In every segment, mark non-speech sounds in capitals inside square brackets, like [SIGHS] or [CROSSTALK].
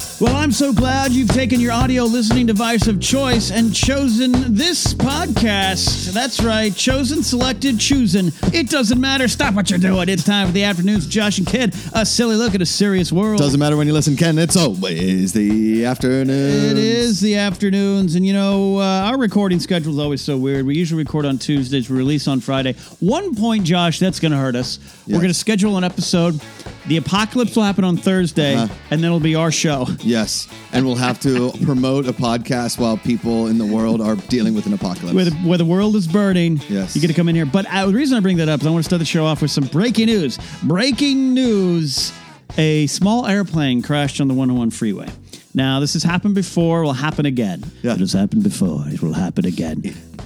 so glad you've taken your audio listening device of choice and chosen this podcast. That's right, chosen, selected, chosen. It doesn't matter. Stop what you're doing. It's time for the afternoons. Josh and Kid, a silly look at a serious world. Doesn't matter when you listen, Ken. It's always the afternoon. It is the afternoons, and you know uh, our recording schedule is always so weird. We usually record on Tuesdays, release on Friday. One point, Josh, that's going to hurt us. Yeah. We're going to schedule an episode. The apocalypse will happen on Thursday, Uh-huh. and then it'll be our show. Yes, and we'll have to promote a podcast while people in the world are dealing with an apocalypse. Where the, where the world is burning, Yes. you get to come in here. But uh, the reason I bring that up is I want to start the show off with some breaking news. Breaking news: a small airplane crashed on the 101 freeway. Now, this has happened before. Will happen again. Yeah. It has happened before. It will happen again.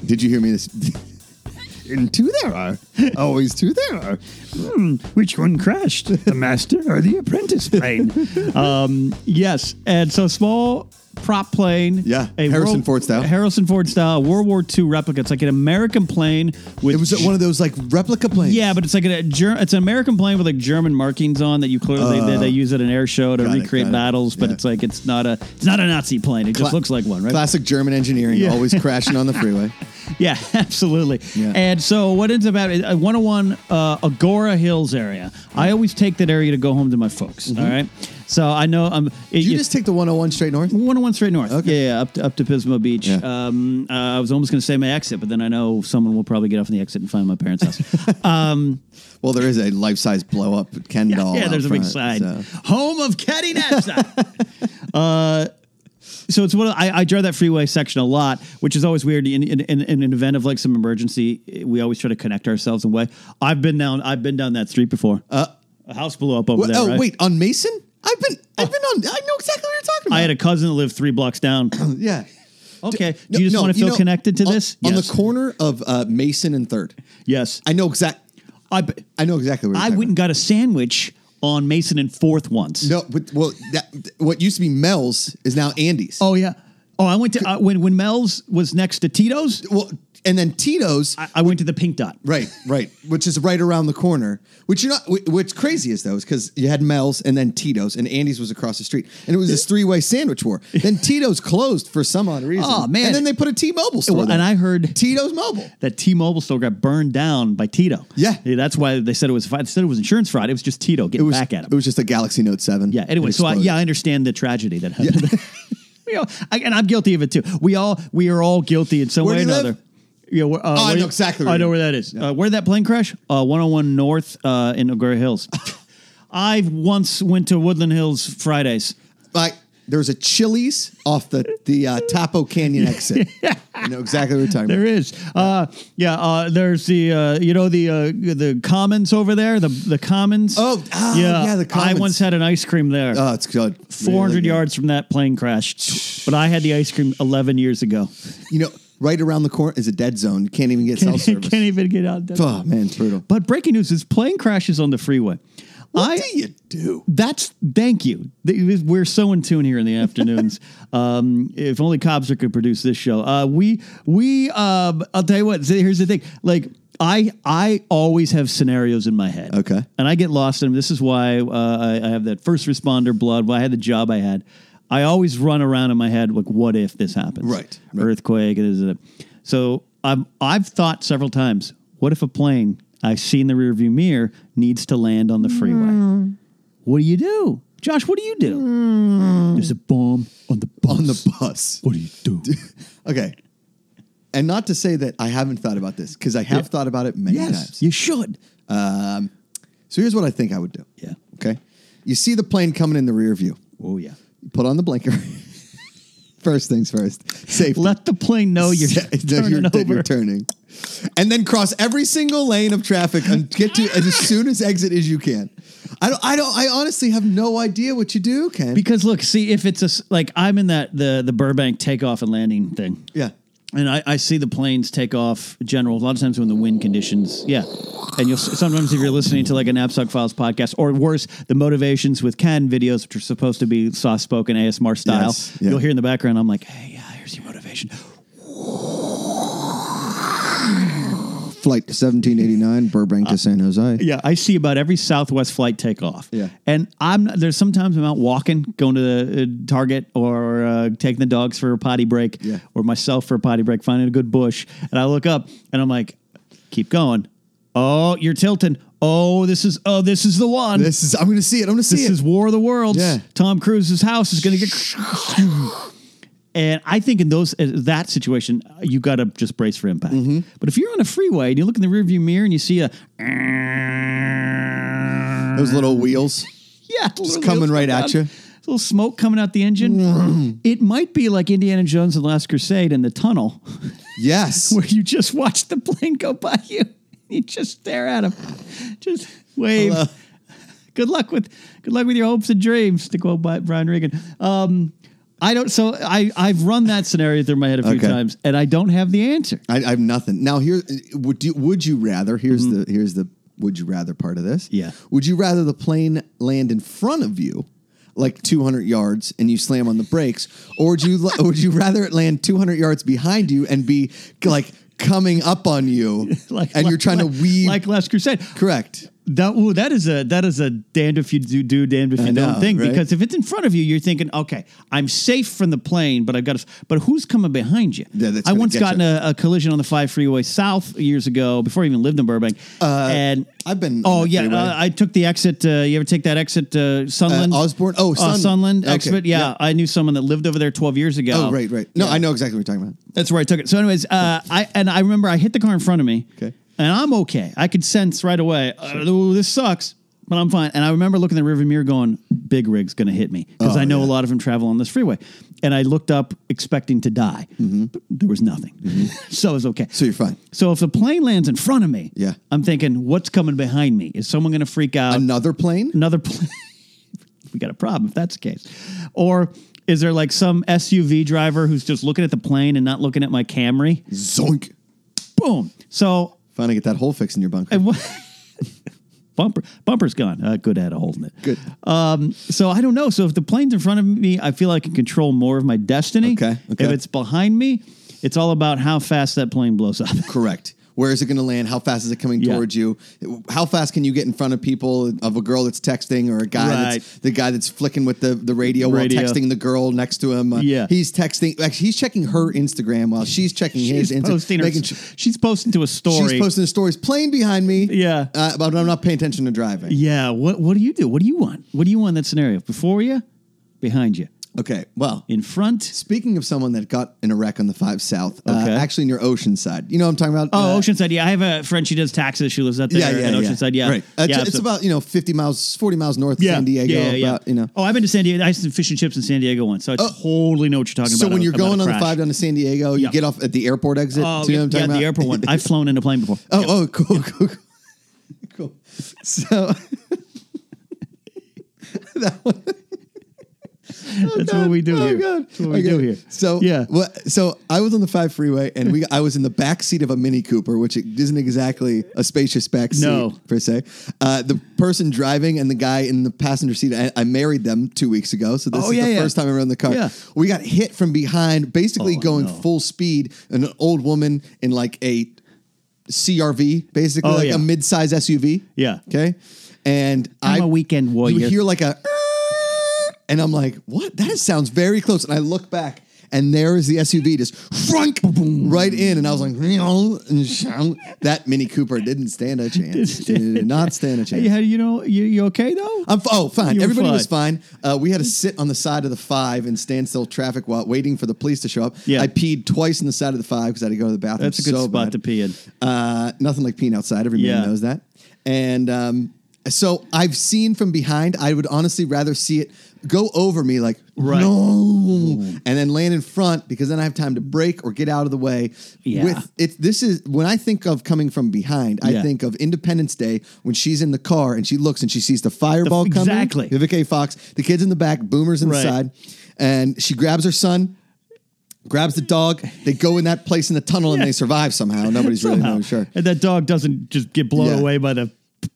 Did you hear me? This. In two there are always two there are. Which one crashed, the master or the apprentice plane? [LAUGHS] um, yes, and so small prop plane. Yeah, Harrison Ford style. Harrison Ford style World War II replica. It's like an American plane with. It was one of those like replica planes. yeah, but it's like a Ger- it's an American plane with like German markings on that you clearly they, they use at an air show to Oh. got it, recreate got it. battles, but Yeah. it's like it's not a it's not a Nazi plane. It just Cla- looks like one, right? Classic German engineering, Yeah. always crashing on the freeway. Yeah, [LAUGHS] absolutely. Yeah. And so what ends up happening, uh, 101 uh, Agora Hills area. I always take that area to go home to my folks. all right. So I know I'm. It, Did [LAUGHS] Mm-hmm. you it's just take the 101 straight north? 101 straight north. Okay. Yeah, yeah, up to, up to Pismo Beach. Yeah. Um, uh, I was almost going to say my exit, but then I know someone will probably get off on the exit and find my parents' house. Well, there is a life-size blow-up Ken doll. yeah, out there's a big front, sign. so. Home of Kenny [LAUGHS] Napsa. uh, so it's one of I, I drive that freeway section a lot, which is always weird. In, in, in, in an event of like some emergency, we always try to connect ourselves in a way. I've been down I've been down that street before. Uh, a house blew up over Well, there. oh right? wait, on Mason? I've been, I've been on. I know exactly what you're talking about. I had a cousin that lived three blocks [CLEARS THROAT] down. [CLEARS THROAT] yeah. Okay. Do, No, you just no, want to feel know, connected to on- this? On yes. the corner of uh, Mason and Third, yes. I know exact. I, b- I know exactly. What you're I talking went and got a sandwich on Mason and Fourth once. About. No, but, well, that, what used to be Mel's is now Andy's. Oh yeah. Oh, I went to uh, when when Mel's was next to Tito's. well, and then Tito's. I, I went to the Pink Dot. Right, right, which is right around the corner. Which you're not. wh- What's crazy is though, is because you had Mel's and then Tito's, and Andy's was across the street, and it was this three-way sandwich [LAUGHS] war. Then Tito's closed for some odd reason. Oh, man. And then they put a T-Mobile store. Well, there. and I heard Tito's Mobile. that T-Mobile store got burned down by Tito. Yeah. that's why they said it was fi- instead it was insurance fraud. It was just Tito It getting was back at him. It was just a Galaxy Note Seven. yeah. Anyway, It so I, exploded. yeah, I understand the tragedy that happened. [LAUGHS] We all- I- and I'm guilty of it too. We all we are all guilty in some Where way or do you another. live? Oh, Yeah, where- uh, I where know you- exactly where I you know live. where that is. Uh, where did that plane crash? Uh, 101 North uh, in Agoura [LAUGHS] Hills. I once went to Woodland Hills Fridays. Like there's a Chili's off the the uh, Topo Canyon [LAUGHS] exit. I know exactly what you're talking There about. is, uh, yeah. Uh, there's the uh, you know the uh, the commons over there, the the commons. Oh, ah, yeah, the I commons. once had an ice cream there, Oh, it's good. Really 400 good. yards from that plane crash. but I had the ice cream 11 years ago. You know, right around the corner is a dead zone. You can't even [LAUGHS] get cell Can't service. even get out. There. Oh man, it's brutal. But breaking news is plane crashes on the freeway. What I do you do? that's thank you. Th- We're so in tune [LAUGHS] here in the afternoons. um, if only Cobster could produce this show. Uh, we we um, I'll tell you what. so Here's the thing. Like I I always have scenarios in my head. Okay. and I get lost in them. This is why uh, I, I have that first responder blood. Why I had the job I had. I always run around in my head like, what if this happens? Right, right. Earthquake. and this- that. So I've I've thought several times. What if a plane I see in the rearview mirror needs to land on the freeway? What do you do? Josh, what do you do? There's a bomb on the bus. On the bus. What do you [LAUGHS] do? Okay. And not to say that I haven't thought about this, because I have thought about it many yes, times. you should. Um, so here's what I think I would do. Yeah. Okay. You see the plane coming in the rear view. Oh, yeah. Put on the blinker. [LAUGHS] first things first. Safety. Let the plane know [LAUGHS] you're Sa- that [LAUGHS] turning you're, that over. you're turning. And then cross every single lane of traffic and get to as soon as exit as you can. I don't I don't I honestly have no idea what you do, Ken. because look, see if it's a s- like I'm in that the the Burbank takeoff and landing thing. yeah. And I, I see the planes take off general. A lot of times when the wind conditions, yeah. And you'll sometimes if you're listening to like a Knapsack Files podcast, or worse, the motivations with Ken videos, which are supposed to be soft spoken ASMR style, Yes, yeah. you'll hear in the background. I'm like, hey, yeah, here's your motivation. flight 1789, Uh, Burbank to San Jose. Yeah, I see about every Southwest flight take off. Yeah. and I'm there's sometimes I'm out walking, going to the uh, Target or uh, taking the dogs for a potty break, Yeah. or myself for a potty break, finding a good bush, and I look up and I'm like, keep going. Oh, you're tilting. Oh, this is oh this is the one. This, This is. I'm going to see it. I'm going to see it. is War of the Worlds. Yeah. Tom Cruise's house is going to get. [LAUGHS] And I think in those in that situation, you got to just brace for impact. Mm-hmm. But if you're on a freeway and you look in the rearview mirror and you see a Those little wheels. Yeah, just coming right at you. Mm. Little smoke coming out the engine. it might be like Indiana Jones and the Last Crusade in the tunnel, [LAUGHS] [LAUGHS] Yes. where you just watch the plane go by you. [LAUGHS] You just stare at him, just wave. Hello. Good luck with good luck with your hopes and dreams to quote Bi- Brian Regan. Um, I don't. So I I've run that scenario through my head a few Okay. times, and I don't have the answer. [LAUGHS] I, I have nothing. Now here would you, would you rather? Here's the here's the would you rather part of this. Mm-hmm. Yeah. Would you rather the plane land in front of you, like 200 yards, and you slam on the brakes, or [LAUGHS] would you or would you rather it land 200 yards behind you and be like coming up on you, [LAUGHS] Like and you're trying to weave? like Last Crusade. correct. That ooh, that is a that is a damned if you do do damned if you don't know, thing right? because if it's in front of you you're thinking okay I'm safe from the plane but I've got to but who's coming behind you Yeah, that's I gonna once get got in you. a, a collision on the five freeway south years ago before I even lived in Burbank and Uh, I've been on oh that yeah freeway. uh, I took the exit uh, you ever take that exit uh, Sunland Uh, Osborne? Oh, Sun- Sunland okay, exit yeah yeah. I knew someone that lived over there 12 years ago Oh, right, right. No, Yeah. I know exactly what you're talking about. That's where I took it. So, anyways, uh, I and I remember I hit the car in front of me. Okay. And I'm okay. I could sense right away. uh, "Ooh, this sucks, but I'm fine. And I remember looking in the rearview mirror, going, "Big rig's going to hit me," because Oh, I know yeah. a lot of them travel on this freeway. And I looked up, expecting to die. But there was nothing, [LAUGHS] so it was okay. Mm-hmm. So you're fine. So if the plane lands in front of me, Yeah. I'm thinking, what's coming behind me? Is someone going to freak out? Another [LAUGHS] plane? another plane. we got a problem if that's the case. Or is there like some SUV driver who's just looking at the plane and not looking at my Camry? Zoink! Boom. So [LAUGHS] Finally, get that hole fixed in your bunker. I wa- bumper bumper's gone. Uh, good at holding it. Good. Um, so I don't know. So if the plane's in front of me, I feel I can control more of my destiny. Okay, okay. If it's behind me, it's all about how fast that plane blows up. [LAUGHS] Correct. Where is it going to land? How fast is it coming Yeah. towards you? How fast can you get in front of people of a girl that's texting or a guy Right. that's the guy that's flicking with the, the radio, Radio. while texting the girl next to him? Uh, Yeah. he's texting. Actually, he's checking her Instagram while she's checking his She's Instagram. posting, her, making sure- she's posting to a story. she's posting stories. Plane behind me. Yeah. uh, but I'm not paying attention to driving. yeah. What What do you do? What do you want? What do you want in that scenario? Before you, behind you, Okay. Well, in front. speaking of someone that got in a wreck on the Five South, Okay. uh, actually near Oceanside. You know what I'm talking about? Oh, Uh, Oceanside. Yeah, I have a friend. She does taxes. She lives out there Yeah, yeah, in yeah. Oceanside. Yeah, Right. Uh, yeah. it's, it's so- about you know 50 miles, 40 miles north of San Diego. About, you know. Oh, Oh. I've been to San Diego. I used to fish and chips in San Diego once, so I totally know what you're talking So about. when you're about a going on the crash. five down to San Diego, you Yeah. get off at the airport exit. oh, Do you know what yeah, I'm talking the about? airport one. I've flown in a plane before. [LAUGHS] Oh, oh, cool, cool, [LAUGHS] cool, cool. So [LAUGHS] That's what we do oh here. god, That's what we Okay. do here. So yeah, what- so I was on the five freeway, and we I was in the back seat of a Mini Cooper, which isn't exactly a spacious back seat No. per se. Uh, the person driving and the guy in the passenger seat. I, I married them two weeks ago, so this Oh, is yeah, the yeah. first time I rode in the car. Yeah. We got hit from behind, basically Oh, going no. full speed. An old woman in like a CRV, basically Oh, like yeah. a mid-size SUV. Yeah. Okay. And I'm I- a weekend warrior. You hear like a, and I'm like, what? That sounds very close. And I look back, and there is the SUV just frunk right in, and I was like, [LAUGHS] that Mini Cooper didn't stand a chance. Did not stand a Hey, how chance. do [LAUGHS] you know? You, you okay though? I'm f- oh fine. You were Everybody was fine. Uh, we had to sit on the side of the five and stand still traffic while waiting for the police to show up. Yeah. I peed twice on the side of the five because I had to go to the bathroom. That's a good so spot bad. to pee in. Uh, nothing like peeing outside. Every Yeah. man knows that. And um, so I've seen from behind. I would honestly rather see it go over me, like Right. no, and then land in front because then I have time to break or get out of the way. Yeah. With it, this is when I think of coming from behind. I Yeah. think of Independence Day when she's in the car and she looks and she sees the fireball coming. exactly. Vivica A. Fox, the kids in the back, boomers in Right. the side, and she grabs her son. Grabs the dog. They go in that place in the tunnel and they survive somehow. Nobody's really Somehow. really sure. And that dog doesn't just get blown Yeah. away by the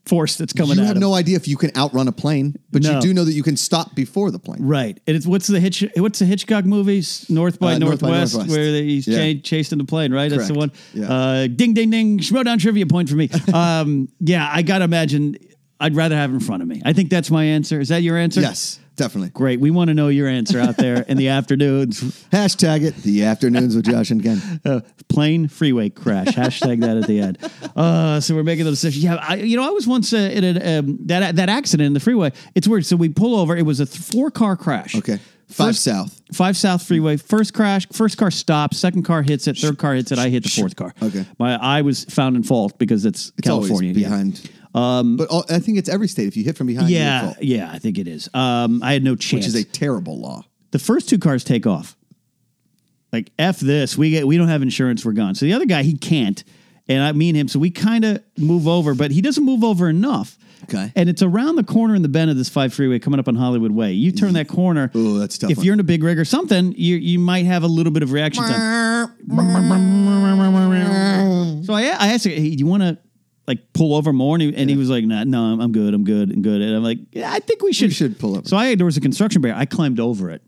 force that's coming You at have him. no idea if you can outrun a plane, but No. you do know that you can stop before the plane. Right. And it's what's the Hitch what's the Hitchcock movies? North by, Uh, North by Northwest, Northwest. where they, he's Yeah. cha- chasing the plane, right? That's the one. Correct. Yeah. Uh ding ding ding. Schmodown trivia point [LAUGHS] for me. Um yeah, I gotta imagine I'd rather have it in front of me. I think that's my answer. Is that your answer? Yes, definitely. Great. We want to know your answer out there in the [LAUGHS] afternoons. Hashtag it. The afternoons with Josh and Ken. Uh, plane freeway crash. Hashtag that at the end. Uh, so we're making the decision. Yeah, I, you know, I was once uh, in a, um, that that accident in the freeway. It's weird. So we pull over. It was a th- four car crash. [LAUGHS] Okay. Five First- South. Five South Freeway. First crash. First car stops. Second car hits it. Third car hits it. I hit the fourth car. Okay. My I was found in fault because it's, It's always California. yeah. behind. Um, but all, I think it's every state. If you hit from behind, you're Yeah, at fault, yeah, I think it is. Um, I had no chance. which is a terrible law. the first two cars take off. Like f this, we get we don't have insurance, we're gone. So the other guy he can't, and I mean him. So we kind of move over, but he doesn't move over enough. Okay. and it's around the corner in the bend of this five freeway coming up on Hollywood Way. You turn that corner. Ooh, that's a tough If one. you're in a big rig or something, you you might have a little bit of reaction time. So I, I asked, him, hey, do you want to like pull over more? And he, and he was like, nah, no, I'm, I'm good. I'm good. I'm good. And I'm like, yeah, I think we should. should pull over. So I, there was a construction barrier. I climbed over it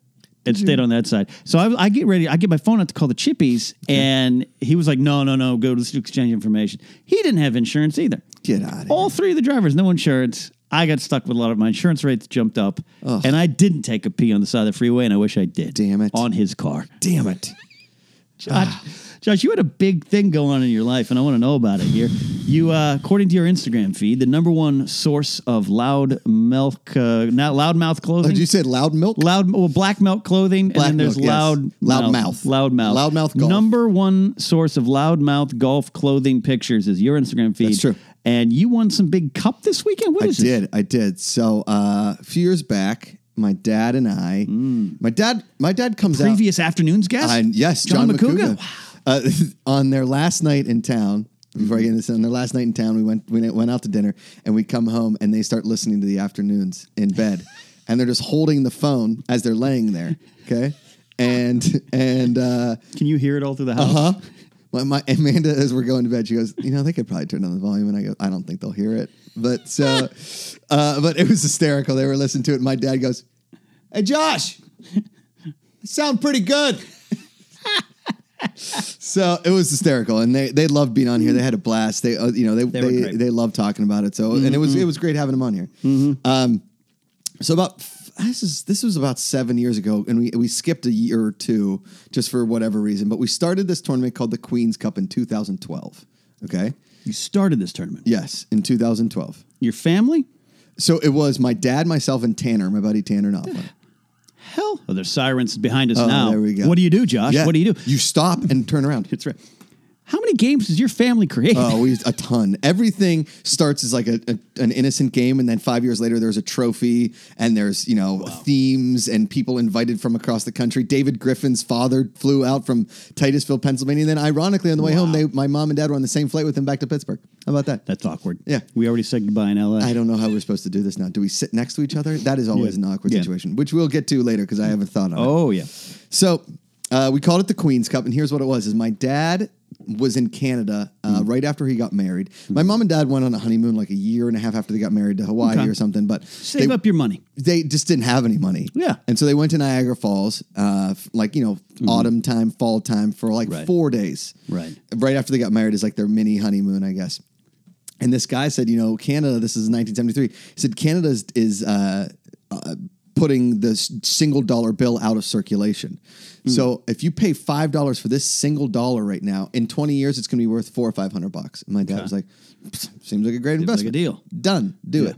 and stayed on that side. So I, I get ready. I get my phone out to call the chippies. And he was like, no, no, no, go to exchange information. He didn't have insurance either. Get out of All three of the drivers, no insurance. I got stuck with a lot of my insurance rates jumped up, and I didn't take a pee on the side of the freeway, and I wish I did. Damn it. Ah. On his car. Damn it. Josh, Josh, you had a big thing going on in your life, and I want to know about it here. You, uh, according to your Instagram feed, the number one source of loud milk, uh, not loud mouth Oh, clothing. did you say loud milk? Loud, well, black milk clothing, Black and then there's milk, yes. loud, Loud mouth. loud mouth, Loud mouth golf. Number one source of loud mouth golf clothing pictures is your Instagram feed. That's true. And you won some big cup this weekend. What I is this? did. I did. So uh, a few years back, my dad and I, my dad, my dad comes out. Previous afternoon's guest. I- yes, John, McCouga? McCouga. Uh, [LAUGHS] on their last night in town, before I get into this, on their last night in town, we went we went out to dinner and we come home and they start listening to the afternoons in [LAUGHS] bed, and they're just holding the phone as they're laying there. Okay, and and. Uh, Can you hear it all through the house? huh? My, my Amanda, as we're going to bed, she goes, "You know, they could probably turn down the volume." And I go, "I don't think they'll hear it." But [LAUGHS] so, uh, but it was hysterical. They were listening to it. And my dad goes, "Hey, Josh, I sound pretty good." so it was hysterical, and they they loved being on here. They had a blast. They uh, you know they were they, great. Mm-hmm. they, loved talking about it. So and it was it was great having them on here. Um, so about f- this is this was about seven years ago, and we we skipped a year or two just for whatever reason. But we started this tournament called the Queens Cup in 2012. Okay, You started this tournament. yes, in 2012. Your family? So it was my dad, myself, and Tanner, my buddy Tanner Knopfler. Hell. Oh, there's sirens behind us now. Oh, there we go. What do you do, Josh? Yeah. What do you do? You stop and turn around. That's right. How many games does your family create? Oh, we used a ton. Everything starts as like a, a- an innocent game, and then five years later, there's a trophy, and there's you know themes and people invited from across the country. David Griffin's father flew out from Titusville, Pennsylvania. And then, ironically, on the way home, they my mom and dad were on the same flight with him back to Pittsburgh. How about that? That's awkward. Yeah. We already said goodbye in LA. I don't know how we're supposed to do this now. Do we sit next to each other? That is always Yeah. an awkward Yeah. situation, which we'll get to later because I haven't thought on it. oh, yeah. So uh, we called it the Queen's Cup, and here's what it was: is my dad was in Canada uh, Mm. right after he got married. My mom and dad went on a honeymoon like a year and a half after they got married to Hawaii Okay. or something, but Save they, up your money. they just didn't have any money. Yeah. Mm-hmm. and so they went to Niagara Falls, uh, f- like you know, autumn time, fall time, for like Right. four days. Right. right after they got married is like their mini honeymoon, I guess. And this guy said, you know, Canada. This is 1973. He said Canada is, is uh, uh, putting the s- single dollar bill out of circulation. Mm. So if you pay five dollars for this single dollar right now, in 20 years it's going to be worth four or five hundred bucks. And my dad was like, "Seems like a great like a investment. deal. Done. Do it."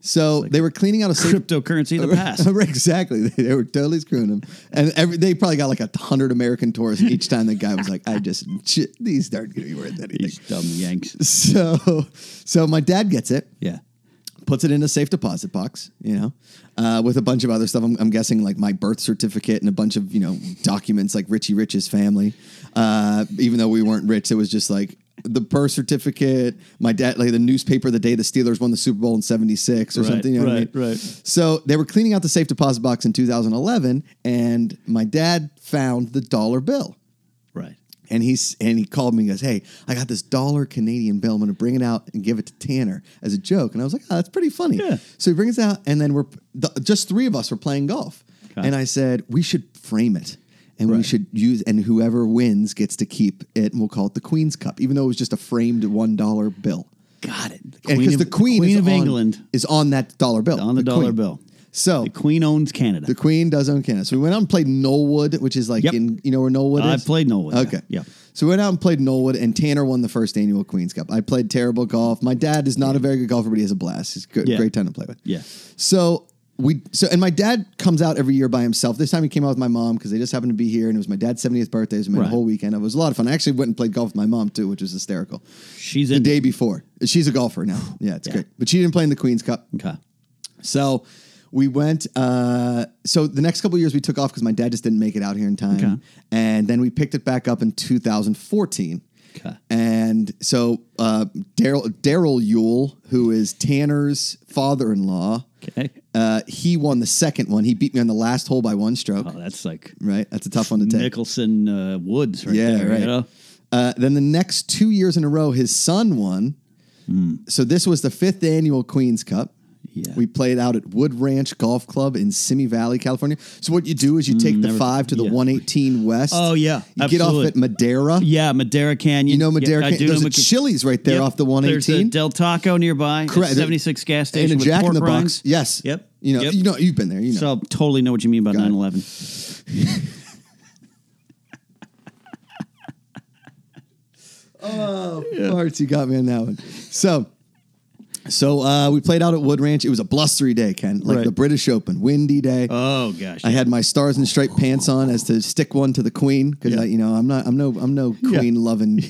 So they were cleaning out a safe Cryptocurrency [LAUGHS] of the past. Right, exactly. They, they were totally screwing him. And every, they probably got like a hundred American tourists each time the guy was like, I just, shit, these aren't going to be [LAUGHS] worth anything. These dumb Yanks. So, so my dad gets it, Yeah. puts it in a safe deposit box, you know, uh, with a bunch of other stuff. I'm, I'm guessing like my birth certificate and a bunch of, you know, documents like Richie Rich's family. Uh, even though we weren't rich, it was just like, the birth certificate, my dad, like the newspaper the day the Steelers won the Super Bowl in '76 or Right, something. You know what I right, mean? right. So they were cleaning out the safe deposit box in 2011, and my dad found the dollar bill. Right. And he's and he called me and goes, Hey, I got this dollar Canadian bill. I'm gonna bring it out and give it to Tanner as a joke. And I was like, Oh, that's pretty funny. Yeah. So he brings it out, and then we're the, just three of us were playing golf. And I said, We should frame it. And we Right. should use and whoever wins gets to keep it and we'll call it the Queen's Cup, even though it was just a framed one dollar bill. Got it. And because the Queen, Queen is of on- England, is on that dollar bill. on the, dollar Queen. bill. So The Queen owns Canada. the Queen does own Canada. So we went out and played Knollwood, which is like Yep. in you know where Knollwood I is. played Knollwood, yeah. Okay, Yeah. So we went out and played Knollwood, and Tanner won the first annual Queens Cup. I played terrible golf. My dad is not a very good golfer, but he has a blast. He's a good, Yeah. great time to play with. Yeah. So we so and my dad comes out every year by himself. This time he came out with my mom because they just happened to be here, and it was my dad's seventieth birthday. So we had Right. the whole weekend. It was a lot of fun. I actually went and played golf with my mom too, which was hysterical. She's The in. day before, she's a golfer now. Yeah, it's Yeah. great. But she didn't play in the Queens Cup. okay. So we went. Uh, so the next couple of years we took off because my dad just didn't make it out here in time, Okay. and then we picked it back up in 2014. Okay. And so uh, Daryl Daryl Yule, who is Tanner's father-in-law, Okay. uh, he won the second one. He beat me on the last hole by one stroke. Oh, that's like Right, that's a tough one to take. Nicholson uh, Woods, right Yeah, there. right. You know? Uh, then the next two years in a row, his son won. So this was the fifth annual Queens Cup. Yeah. We played out at Wood Ranch Golf Club in Simi Valley, California. So what you do is you take the never- five to the yeah. 118 West. Oh, yeah, you get absolutely. off at Madera. Yeah, Madeira Canyon. You know Madera. Yeah, I Canyon. do know There's a Mac- Chili's right there Yep. off the There's a 118. Del Taco nearby. Correct. Correct. 76 gas station. and a with Jack in pork the rinds. Box. Yes. Yep. You know, Yep. you know, you've been there. You know. So I totally know what you mean about Got it. 9 11. Parts, you got me on that one. So, so uh, we played out at Wood Ranch. It was a blustery day, Ken, like Right. the British Open, windy day. Oh, gosh. I had my stars and striped pants on as to stick one to the queen because Yeah. I, you know, I'm not, I'm no, I'm no queen loving,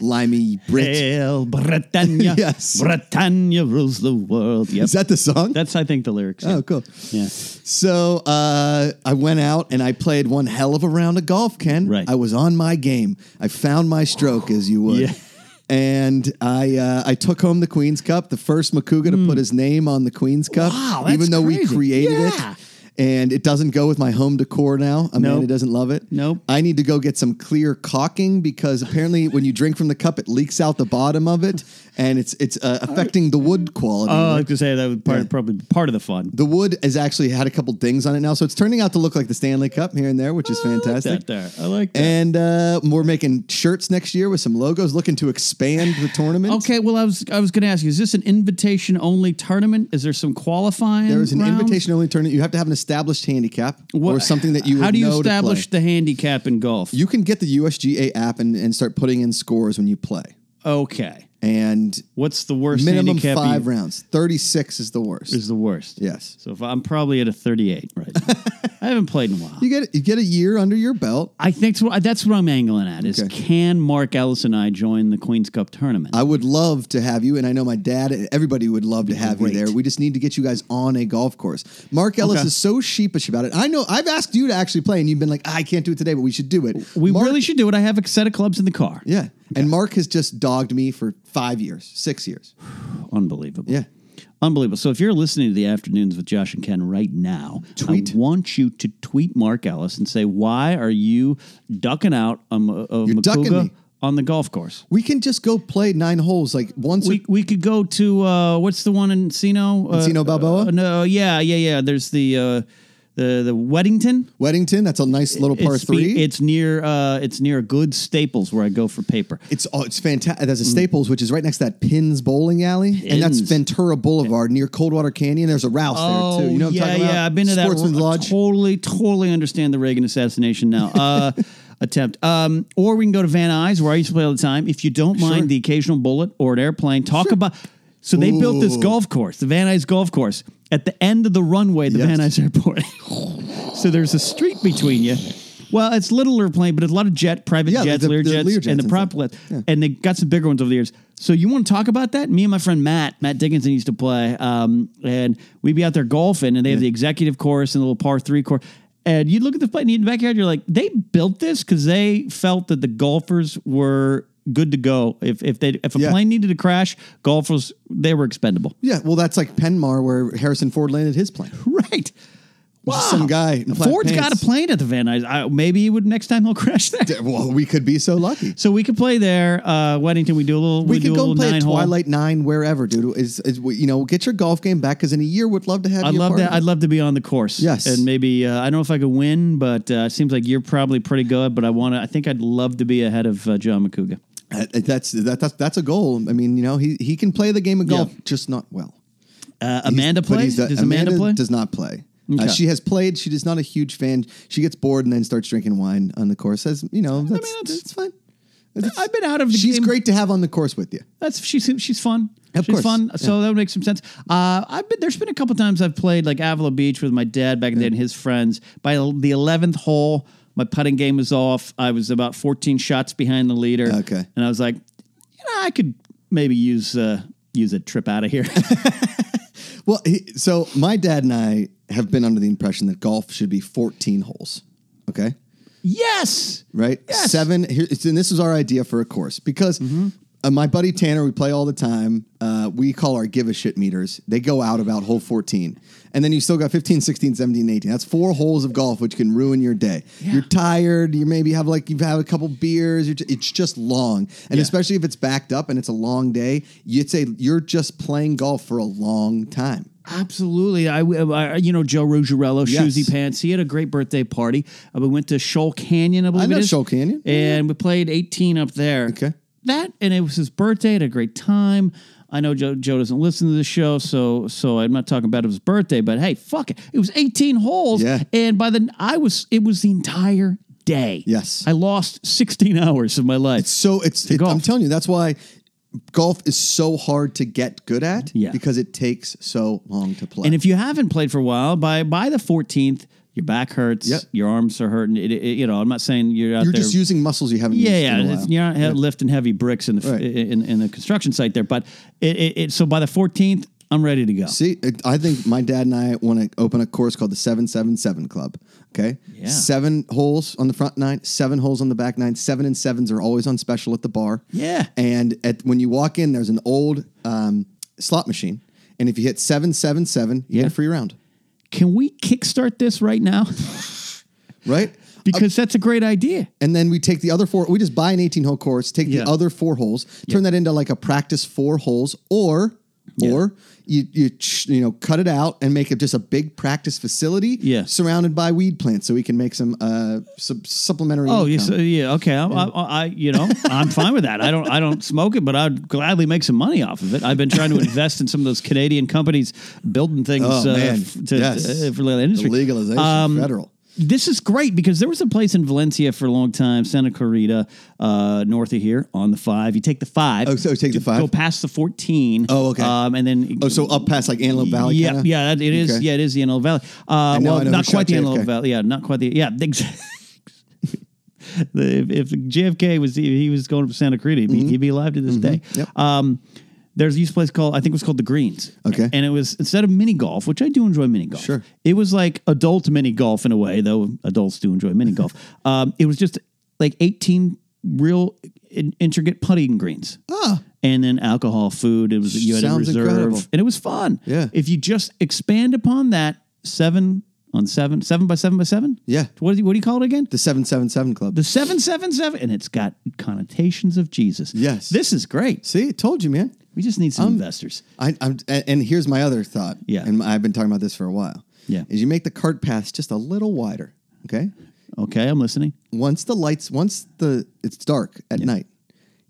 limey Brit. Hail Britannia. [LAUGHS] Yes. Britannia rules the world. Yep. Is that the song? That's, I think, the lyrics. oh, cool. Yeah. So uh, I went out and I played one hell of a round of golf, Ken. Right. I was on my game. I found my stroke, as you would. Yeah. And I uh, I took home the Queen's Cup, the first Makuga to put his name on the Queen's Cup, Hmm. Wow, that's even though we crazy. created Yeah. it. And it doesn't go with my home decor now. Amanda Nope. doesn't love it. Nope. I need to go get some clear caulking because apparently when you drink from the cup, it leaks out the bottom of it, and it's it's uh, affecting the wood quality. Oh, I was going to say that was part, probably part of the fun. The wood has actually had a couple dings on it now, so it's turning out to look like the Stanley Cup here and there, which is I fantastic. like Oh, that there. I like that. And uh, we're making shirts next year with some logos, looking to expand the tournament. Okay, well, I was I was going to ask you: Is this an invitation only tournament? Is there some qualifying? There is an rounds? invitation only tournament. You have to have an established handicap or something that you would How do you know to play. establish the handicap in golf? You can get the USGA app and, and start putting in scores when you play. okay, And what's the worst minimum handicap? five you- rounds. Thirty six is the worst. is the worst. yes. So if I'm probably at a 38 right [LAUGHS] now. I haven't played in a while. You get you get a year under your belt. I think that's what, that's what I'm angling at is Okay. Uh, can Mark Ellis and I join the Queen's Cup tournament? I would love to have you, and I know my dad and everybody would love to have great. you there. We just need to get you guys on a golf course. Mark Ellis Okay. is so sheepish about it. I know I've asked you to actually play, and you've been like, I can't do it today, but we should do it. we Mark- really should do it. I have a set of clubs in the car. yeah. And Mark has just dogged me for five years, six years. Unbelievable. Yeah. Unbelievable. So if you're listening to the afternoons with Josh and Ken right now, Tweet. I want you to tweet Mark Ellis and say, why are you ducking out um, of You're ducking Macuga me. on the golf course? We can just go play nine holes like once. We, we could go to uh, what's the one in Encino? Uh, Encino Balboa? uh, no, yeah, yeah, yeah. There's the uh, the the Weddington. or Weddington, that's a nice little par it's be- three. it's near uh, it's near a good Staples where I go for paper. It's oh, it's fantastic. There's a Staples, which is right next to that Pins Bowling Alley, and that's Mm. Pins. Ventura Boulevard near Coldwater Canyon. There's a Rouse Oh, there too. You know what I'm yeah, talking about? yeah. I've been to Sportsman's that. Lodge. I totally, totally understand the Reagan assassination now. Uh, [LAUGHS] attempt. Um, or we can go to Van Nuys, where I used to play all the time. If you don't mind the occasional bullet or an airplane, talk about. So they built this Ooh. golf course, the Van Nuys golf course, at the end of the runway, the Yes. Van Nuys airport. [LAUGHS] so there's a street between you. Well, it's little airplane, but it's a lot of jet, private Yeah, jets, the- Lear the jets, Learjets and the and prop stuff. Yeah. and they got some bigger ones over the years. So you want to talk about that? Me and my friend Matt, Matt Dickinson used to play, um, and we'd be out there golfing, and they have the executive course and the little par three course. And you look at the play and in the backyard, you're like, they built this because they felt that the golfers were good to go. If if they if a Yeah. plane needed to crash, golfers [LAUGHS] they were expendable. Yeah, well, that's like Penmar where Harrison Ford landed his plane. Right. Just some guy. In black Ford's pants. got a plane at the Van Nuys. I, maybe he would next time he'll [LAUGHS] crash there. D- Well, we could be so lucky. So we could play there, uh, Weddington. We do a little. We, We do could a go little play nine at hole. Twilight Nine wherever, dude. Is, is you know get your golf game back because in a year would love to have. I'd you a love part to. of it. I'd love to be on the course. Yes. and maybe uh, I don't know if I could win, but uh, it seems like you're probably pretty good. But I want to. I think I'd love to be ahead of uh, John McCouga. Uh, that's that, that's that's a goal. I mean, you know, he he can play the game of Yeah. golf, just not well. Uh, Amanda He's- but plays. he's a- Does Amanda, play? Does not play. Uh, Okay. she has played. She is not a huge fan. She gets bored and then starts drinking wine on the course. As you know, that's, that's- that's, fine. That's- I've been out of the she's game. great to have on the course with you. That's she's she's fun. Of she's course, fun. yeah. So that would make some sense. Uh, I've been there's been a couple times I've played like Avila Beach with my dad back in the day and his friends. By the eleventh hole, my putting game was off. I was about fourteen shots behind the leader. Okay. and I was like, you know, I could maybe use uh, use a trip out of [LAUGHS] here. Well, he, so my dad and I have been under the impression that golf should be 14 holes. Okay. yes, right? Yes. Mm-hmm. Seven. Here, it's- and this is our idea for a course because uh, my buddy Tanner, we play all the time. Uh, we call our give a shit meters. They go out about hole 14. And then you still got 15, 16, 17, 18. That's four holes of golf, which can ruin your day. Yeah. You're tired. You maybe have like, you've had a couple beers. You're ju- it's just long. And Yeah. especially if it's backed up and it's a long day, you'd say you're just playing golf for a long time. Absolutely, I, I you know Joe Ruggiero, Yes. Shoesy Pants. He had a great birthday party. Uh, we went to Shoal Canyon, I believe know it is. Shoal Canyon. and we played eighteen up there. Okay. that and it was his birthday. I Had a great time. I know Joe, Joe doesn't listen to the show, so so I'm not talking about his birthday, but hey, fuck it. It was 18 holes, Yeah. and by the I was it was the entire day. Yes. I lost 16 [LAUGHS] hours of my life. So it's, it, golf. I'm telling you, that's why golf is so hard to get good at Yeah. because it takes so long to play. And if you haven't played for a while, by by the 14th, your back hurts, Yep. your arms are hurting. It, it- you know, I'm not saying you're out you're there. just using muscles you haven't yeah, used yeah, in a it's, while. you're not he- lifting heavy bricks in the f Right. in, in the construction site there, but it, it, it so by the 14th, I'm ready to go. See, it, I think my dad and I want to open a course called the 777 Club. Okay. Yeah. Seven holes on the front nine, seven holes on the back nine. Seven and sevens are always on special at the bar. Yeah. And at, when you walk in, there's an old um, slot machine. And if you hit 777, you get a free round, Can we kickstart this right now? [LAUGHS] right? because that's a great idea. And then we take the other four. We just buy an 18 hole course, take Yeah. the other four holes, turn that into like a practice four holes, or or you you ch- you know cut it out and make it just a big practice facility, Yeah. surrounded by weed plants, so we can make some uh some supplementary. Oh, yeah, income. so, yeah, okay. I, I, I, you know, I'm fine with that. I don't, I don't [LAUGHS] smoke it, but I'd gladly make some money off of it. I've been trying to invest in some of those Canadian companies building things Oh, uh, man. f- to, Yes. uh, for the industry. The legalization Um, federal. This is great because there was a place in Valencia for a long time, Santa Clarita, uh, north of here on the five. You take the five. Oh, so take the five? Go past the fourteen. Oh, okay. Um, and then Oh, so up past like Antelope Valley. yeah, kinda? yeah, that, it is. Okay. Yeah, it is the Antelope Valley. Uh, now I well, know not who quite shot the JFK. Antelope Valley. Yeah, not quite the. Yeah, [LAUGHS] the ex- the, if, if JFK was he was going to Santa Cruz, he'd be, he'd be alive to this day. Mm-hmm. Yep. Um, there's a used place called I think it was called the Greens. Okay. and it was instead of mini golf, which I do enjoy mini golf. Sure. it was like adult mini golf in a way, though adults do enjoy mini [LAUGHS] golf. Um, it was just like 18 real in- intricate putting greens Ah, and then alcohol, food. It was you had Sounds a reserve, incredible. and it was fun. Yeah. If you just expand upon that seven on seven, seven by seven by seven. Yeah. What do you, what do you call it again? the seven seven seven club. The seven seven seven, and it's got connotations of Jesus. Yes. Um, This is great. See, told you, man. We just need some investors. I, I'm, and- and here's my other thought. Yeah. and I've been talking about this for a while. Yeah. is you make the cart path just a little wider. Okay, Okay, I'm listening. once the lights once the it's dark at night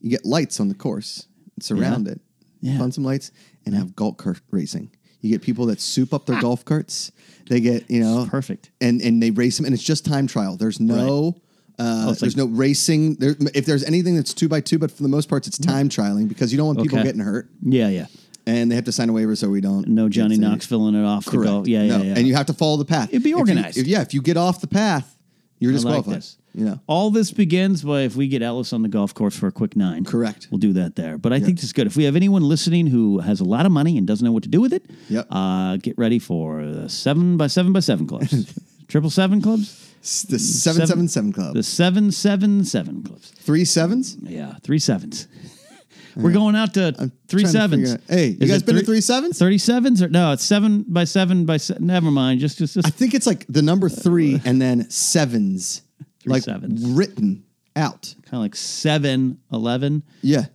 you get lights on the course surround it Yeah. find some lights and have golf cart racing you get people that soup up their golf carts they get you know Ah. perfect. and and they race them and it's just time trial there's no Uh, Oh, it's there's no racing. There, if there's anything that's two by two, but for the most part, it's time trialing because you don't want people Okay. getting hurt, Yeah, yeah. and they have to sign a waiver so we don't. No Johnny it's a- Knoxville in it off the Correct. golf. Yeah, yeah, No. yeah. And you have to follow the path. It'd be If you- organized. if- yeah, if you get off the path, you're I like disqualified. this. You know. All this begins by if we get Ellis on the golf course for a quick nine. Correct. We'll do that there. But I think this is good. If we have anyone listening who has a lot of money and doesn't know what to do with it, Yep. uh, get ready for the seven by seven by seven [LAUGHS] clubs. Triple seven clubs? S- The seven seven seven club. The seven seven seven clubs. Three sevens. Yeah, three sevens. [LAUGHS] We're going out to three trying to sevens. figure out- hey, you Is guys it been to three sevens? Thirty sevens or no? It's seven by seven by. Se- never mind. Just just just. I think it's like the number [LAUGHS] three and then sevens, Three like sevens. written out. kind of like seven eleven. Yeah, Okay,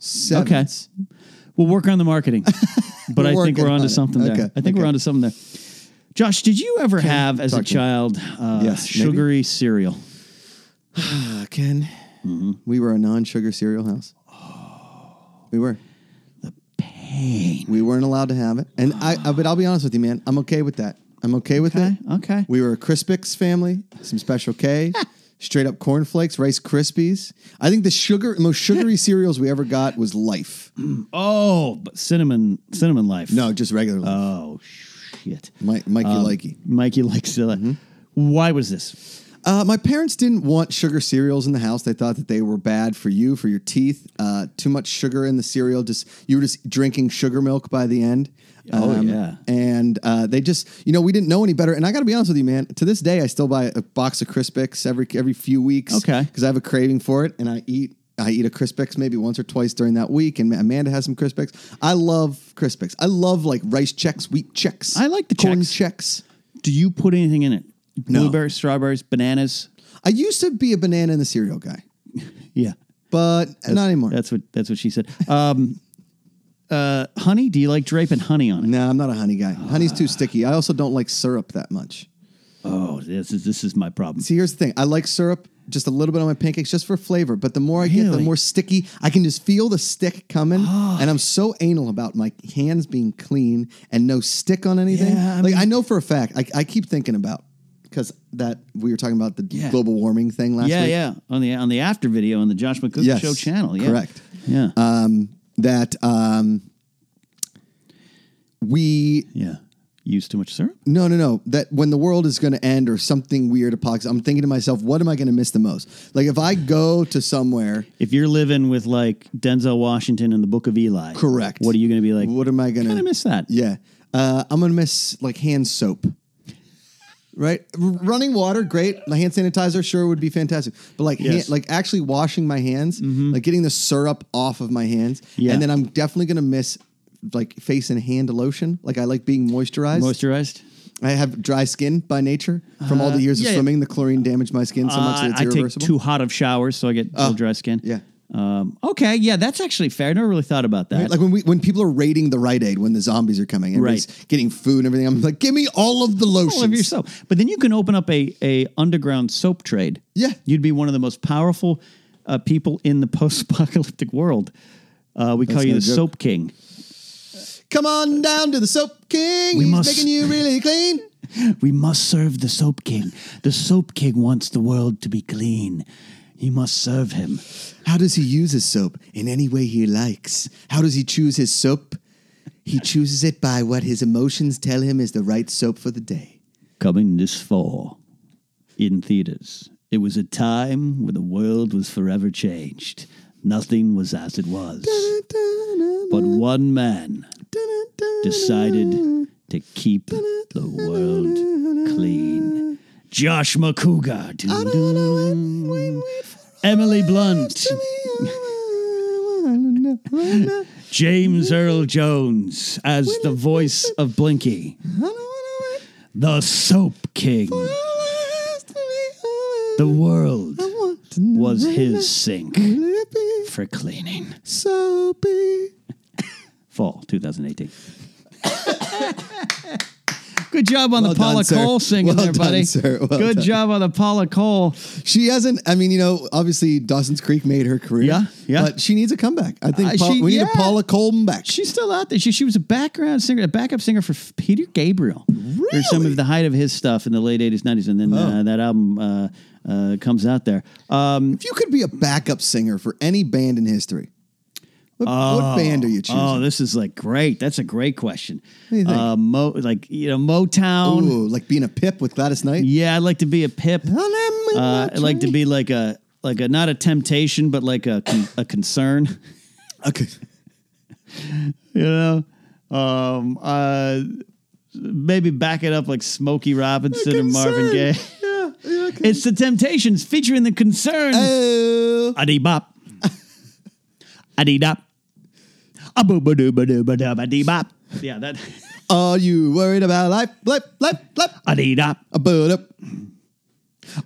sevens. we'll work on the [LAUGHS] marketing, but I think working we're onto on it. something there. Okay, I think we're okay. onto something there. Josh, did you ever have as a talk to me. child uh, Yes, maybe. sugary cereal? Uh, Ken, Mm-hmm. we were a non-sugar cereal house. We were. Oh. Pain. We weren't allowed to have it, and I, I. But I'll be honest with you, man. I'm okay with that. I'm okay with Okay, it. okay. We were a Crispix family, some Special [LAUGHS] K, straight up cornflakes, Rice Krispies. I think the sugar, most [LAUGHS] sugary cereals we ever got was Life. Oh, but cinnamon cinnamon life. No, just regular Life. Oh shit. Um, Mi- Mikey Likey. Mm-hmm. Mikey likes it. Why was this? Uh, my parents didn't want sugar cereals in the house. They thought that they were bad for you, for your teeth. Uh, too much sugar in the cereal. Just you were just drinking sugar milk by the end. Um, Oh, yeah. And uh, they just, you know, we didn't know any better. And I got to be honest with you, man. To this day, I still buy a box of Crispix every every few weeks. Okay. Because I have a craving for it, and I eat. I eat a Crispix maybe once or twice during that week, and Amanda has some Crispix. I love Crispix. I love like rice checks, wheat checks. I like the corn Chex. checks. Do you put anything in it? No. Blueberries, strawberries, bananas. I used to be a banana in the cereal guy. Yeah, but not anymore. that's what that's what she said. Um, [LAUGHS] uh, honey. Do you like draping honey on it? No, I'm not a honey guy. Honey's too sticky. I also don't like syrup that much. Oh, this is this is my problem. See, here's the thing. I like syrup just a little bit on my pancakes just for flavor, but the more I get, the Really? Ah. more sticky. I can just feel the stick coming, and I'm so anal about my hands being clean and no stick on anything. Yeah, I like mean- I know for a fact. I, I keep thinking about because that we were talking about the Yeah. global warming thing last yeah, week. yeah. On the on the after video on the Josh McCook Yes, Show channel. Yeah, correct. Uh, Yeah, That um, we yeah. Use too much syrup. No, no, no. That when the world is going to end or something weird apocalypse, I'm thinking to myself, what am I going to miss the most? Like if I go to somewhere, If you're living with like Denzel Washington in the Book of Eli, Correct. What are you going to be like? what am I going Kind to of miss that. Yeah, uh, I'm going to miss like hand soap. Right, R- running water, great. My hand sanitizer sure would be fantastic, but like, Yes. Mm-hmm. hand, like actually washing my hands, like getting the syrup off of my hands, Yeah. and then I'm definitely gonna miss like face and hand lotion. Like I like being moisturized. Moisturized. I have dry skin by nature from all the years Uh, yeah, of yeah. swimming. The chlorine damaged my skin so much Uh, that it's I take irreversible. Oh, too hot of showers, so I get full dry skin. yeah. Um, okay. Yeah, that's actually fair. I never really thought about that. Like when we when people are raiding the Rite Aid when the zombies are coming and Right. getting food and everything, I'm like, give me all of the lotions. all of your soap. But then you can open up a a underground soap trade. Yeah. you'd be one of the most powerful uh, people in the [LAUGHS] post apocalyptic world. Uh, we call you no the joke. Soap King. Come on down to the Soap King. We He's must- making you [LAUGHS] really clean. We must serve the Soap King. The Soap King wants the world to be clean. You must serve him. How does he use his soap in any way he likes? How does he choose his soap? He chooses it by what his emotions tell him is the right soap for the day. Coming this fall in theaters. It was a time when the world was forever changed. Nothing was as it was. But one man decided to keep the world clean. Josh McCougar. Emily Blunt. James Earl Jones as the voice of Blinky. The Soap King. The world was his sink for cleaning. soapy. Fall 2018. [COUGHS] Good job on Well the Paula done, sir. Cole singing Well there, done, buddy. sir. Well Good done. job on the Paula Cole. She hasn't. I mean, you know, obviously Dawson's Creek made her career. Yeah, yeah. But she needs a comeback. I think Uh, Paul- she- we need yeah. a Paula Coleman back. She's still out there. She, she was a background singer, a backup singer for F- Peter Gabriel. Really? some of the height of his stuff in the late 80s, 90s, and then uh, that album uh, uh, comes out there. Um, if you could be a backup singer for any band in history, what, what band are you choosing? oh, this is like great. That's a great question. do you think? Uh, Mo, like, you know, Motown. Ooh, like being a Pip with Gladys Knight. Oh. Yeah, I'd like to be a pip. Uh, Uh, I'd like to be like a like a not a temptation, but like a con- a concern. okay. [LAUGHS] You know, um, uh, maybe back it up like Smokey Robinson or Marvin Gaye. Yeah. yeah okay. It's the Temptations featuring the Concerns. Oh. Adi bop, adi dop, a boo ba doo ba doo ba da ba dee bop. Yeah, that [LAUGHS] Are you worried about life? Life, life, life. a dee dop A boot up.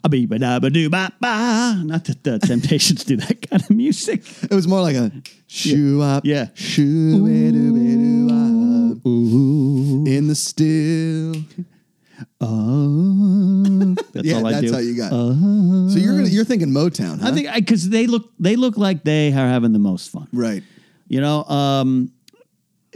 a bee ba da ba doo bop ba. Not that the Temptations do that kind of music. It was more like a shoe up. Yeah. Shoo doo up. In the still. Oh, that's Mm-hmm. yeah, all I that's do. how you got. it. So you're gonna, you're thinking Motown, huh? I think because they look they look like they are having the most fun. right. You know, um,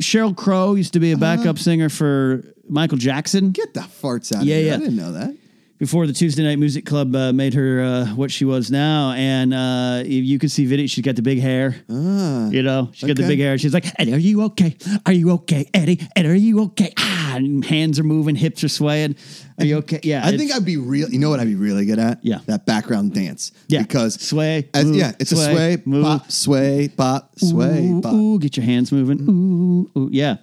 Cheryl Crow used to be Uh-huh. a backup singer for Michael Jackson Get the farts out. Yeah, of here. yeah. I didn't know that. before the Tuesday Night Music Club uh, made her uh, what she was now. And uh, you- you can see video. She's got the big hair. you know, she got the Uh-huh. okay. big hair. She's like, Eddie, are you okay? Are you okay, Eddie? Eddie, are you okay? Ah, and hands are moving, hips are swaying. Are you okay? Yeah, I it's- think I'd be real. You know what I'd be really good at? Yeah. That background dance. Yeah. Because Sway, as- move, yeah, it's sway, a sway, move. pop, sway, pop, sway, ooh, pop. ooh, get your hands Hmm. moving. Ooh, ooh, yeah.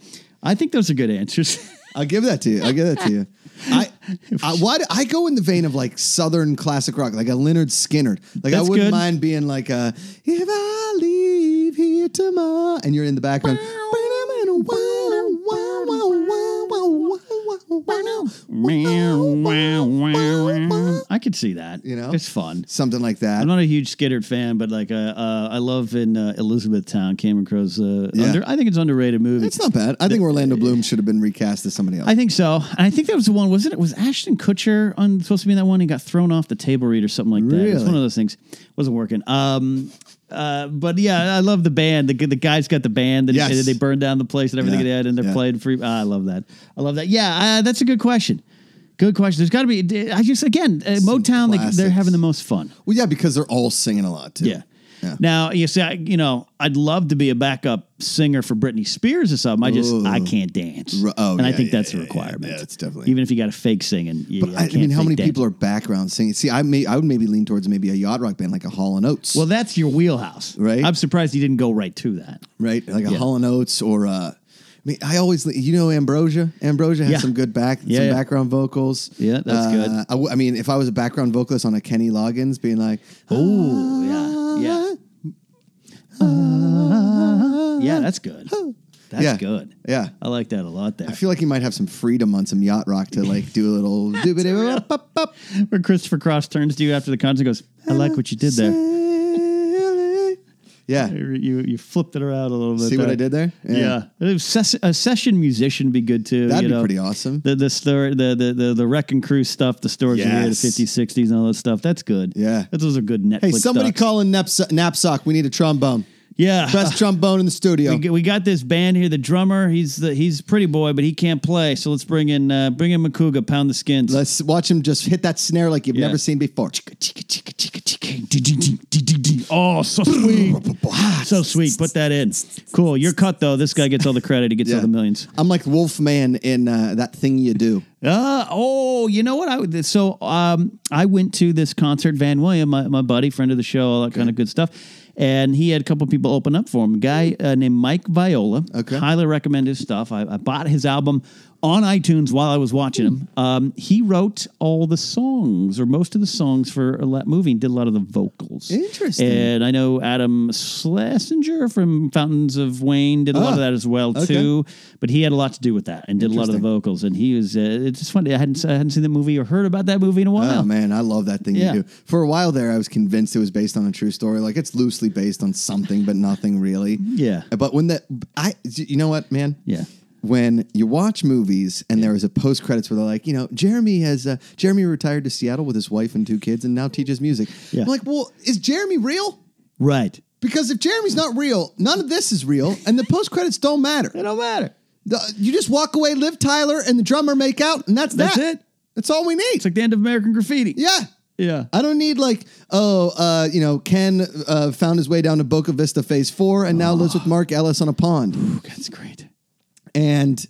I think those are good [LAUGHS] answers. I'll give that to you. I'll give that to [LAUGHS] you. I, I why do- I go in the vein of like southern classic rock, like a Leonard Skinner. Like I That's wouldn't good. mind being like a if I leave here tomorrow, and you're in the background. I could see that. You know? it's fun. Something like that. I'm not a huge Skidder fan, but like uh, uh, I love in uh, Elizabethtown, Cameron Crowe's. Uh, Yeah. under, I think it's underrated movie. It's not bad. I think Orlando Bloom should have been recast as somebody else. I think so, and I think that was the one. Wasn't it? Was Ashton Kutcher on supposed to be in that one? He got thrown off the table read or something like that. It's Really? one of those things. Wasn't working. Um, uh, but yeah, I love the band. The the guy's got the band. That Yes. he, they burned down the place and everything Yeah. they had, and they're Yeah. playing free. ah, I love that. I love that. Yeah, uh, that's a good question. Good question. There's got to be. I just again, uh, Motown. They, they're classics. having the most fun. Well, yeah, because they're all singing a lot too. Yeah. Yeah. Now you see, I, you know, I'd love to be a backup singer for Britney Spears or something. I just Ooh. I can't dance, Ru- oh, and I yeah, think yeah, that's a yeah, yeah. requirement. Yeah, it's definitely- even if you got a fake singing. You, But I, I mean, how many people Are- are background singing? See, I may I would maybe lean towards maybe a yacht rock band like a Hall and Oates, well, that's your wheelhouse, Right. I'm surprised you didn't go right to that. right? Like a Hall and Oates or uh, I mean, I always you know Ambrosia. Ambrosia has Yeah. some good back, Yeah, some yeah. background vocals. Yeah, that's good. I, w- I mean, if I was a background vocalist on a Kenny Loggins, being like, Oh, yeah, yeah, yeah. That's good. That's Ah. Yeah. good. yeah. I like that a lot. There, I feel like he might have some freedom on some yacht rock to like do a little doobity bop bop. where Christopher Cross turns to you after the concert, and goes, "I like what you did there. Yeah. You you flipped it around a little bit. See what there. I did there? Yeah, A ses- a session musician would be good too. That'd you be know? pretty awesome. The the story, the the the, the wreck and crew stuff, the stories of the Yes. fifties, sixties, and all that stuff. That's good. Yeah. those are good Netflix. Hey, somebody docs. call in Knapsa- knapsack. We need a trombone. Yeah, [LAUGHS] Best trombone in the studio. We g- we got this band here. The drummer, he's the he's a pretty boy, but he can't play. So let's bring in uh, bring in Makuga, pound the skins. Let's watch him just hit that snare like you've Yeah. never seen before. Oh, so sweet, [LAUGHS] so sweet. Put that in. Cool. You're cut though. This guy gets all the credit. He gets all Yeah. the millions. I'm like Wolfman in uh, that thing you do. Uh, oh, you know what? I would- so um, I went to this concert. Van William, my, my buddy, friend of the show, all that kind of good stuff, and he had a couple people open up for him. A guy uh, named Mike Viola. Mm. Okay. highly recommend his stuff. I, I bought his album on iTunes while I was watching him. Hmm. Um, he wrote all the songs or most of the songs for that movie. and Did a lot of the vocals. Interesting. And I know Adam Schlesinger from Fountains of Wayne did a lot Ah, of that as well okay. too. But he had a lot to do with that and did a lot of the Interesting. vocals, and he was. Uh, it's just funny. I hadn't I hadn't seen the movie or heard about that movie in a while. Oh man, I love that thing Yeah. you do. For a while there, I was convinced it was based on a true story. Like it's loosely based on something, but nothing really. Uh, Yeah. But when the I, you know what, man? Yeah. When you watch movies and there is a post credits where they're like, you know, Jeremy has uh, Jeremy retired to Seattle with his wife and two kids and now teaches music. Yeah. I'm like, well, is Jeremy real? Right. Because if Jeremy's not real, none of this is real, and the post credits don't matter. It don't matter. The- you just walk away, live Tyler, and the drummer make out, and that's That's that. it. That's all we need. It's like the end of American Graffiti. yeah. Yeah. I don't need like, oh, uh, you know, Ken uh, found his way down to Boca Vista Phase Four and now lives with Mark Ellis on a pond. That's great. And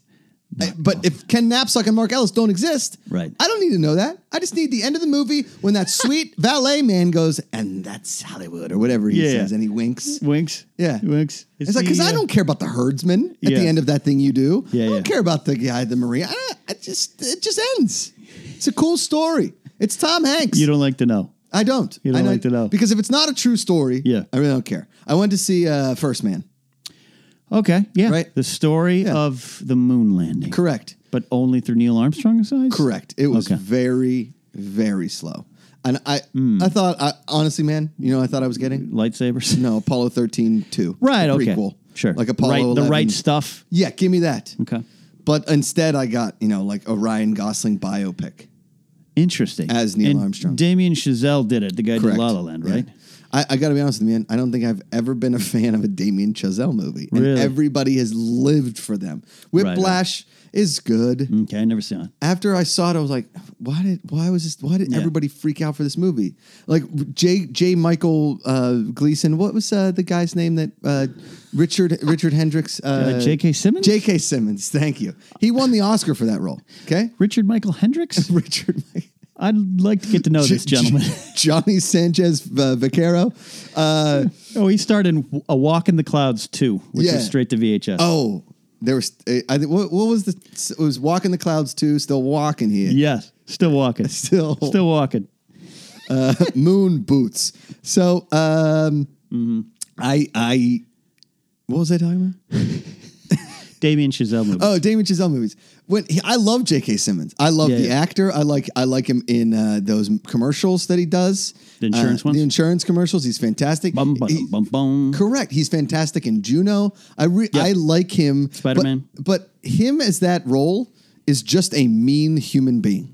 I- but if Ken Knapsack and Mark Ellis don't exist, Right. I don't need to know that. I just need the end of the movie when [LAUGHS] that sweet valet man goes, and that's Hollywood or whatever he Yeah. says, and he winks. Winks. Yeah. Winks. It's, like because he, I uh, don't care about the herdsman at Yeah. the end of that thing you do. Yeah, I don't yeah. care about the guy, the marine. I, I just it just ends. It's a cool story. It's Tom Hanks. You don't like to know. I don't. You don't I like to know. because if it's not a true story, Yeah. I really don't care. I went to see uh, First Man. Okay. Yeah. Right? The story Yeah. of the moon landing. Correct. But only through Neil Armstrong's eyes? Correct. It was Okay. very, very slow. And I, Hmm. I thought, I, honestly, man, you know, what I thought I was getting Lightsabers? [LAUGHS] no Apollo 13 2. Right. The Okay. Prequel. Sure. Like Apollo Right, the 11. right stuff. Yeah, give me that. Okay. But instead, I got you know like a Ryan Gosling biopic. Interesting. As Neil And Armstrong. Damien Chazelle did it. The guy Correct. did La La Land, right? Yeah. I, I got to be honest with you, man. I don't think I've ever been a [LAUGHS] fan of a Damien Chazelle movie, and Really? everybody has lived for them. Right on. Mm. Whiplash is good. Okay. I never saw it. After I saw it, I was like, why did why was this? Why did Yeah. everybody freak out for this movie? Like J J Michael uh, Gleason. What was uh, the guy's name that uh, Richard Richard Hendricks? Uh, Uh, J.K. Simmons? J.K. Simmons. Thank you. He won the Oscar for that role. Okay, [LAUGHS] Richard Michael Hendricks? Richard. I'd like to get to know [LAUGHS] Oh, this gentleman. [LAUGHS] Johnny Sanchez uh, Vaquero. Uh, oh, he starred in A Walk in the Clouds 2, which Yeah. was straight to VHS. oh, there was. uh, I think what, what was the? It was Walking the Clouds too. Still walking here. Yes. Still walking. [LAUGHS] Still- Still walking. [LAUGHS] Moon boots. So um, Mm-hmm. I I what was I talking about? Damien Chazelle movie. Oh, Damien Chazelle movies. When he, I love J.K. Simmons. I love Yeah, the yeah. actor. I like I like him in uh, those commercials that he does. The insurance uh, ones? The insurance commercials. He's fantastic. bum, bum, He- bum, bum. Correct. He's fantastic in Juno. I re- I like him. but- Spider-Man. But, him as that role is just a mean human being.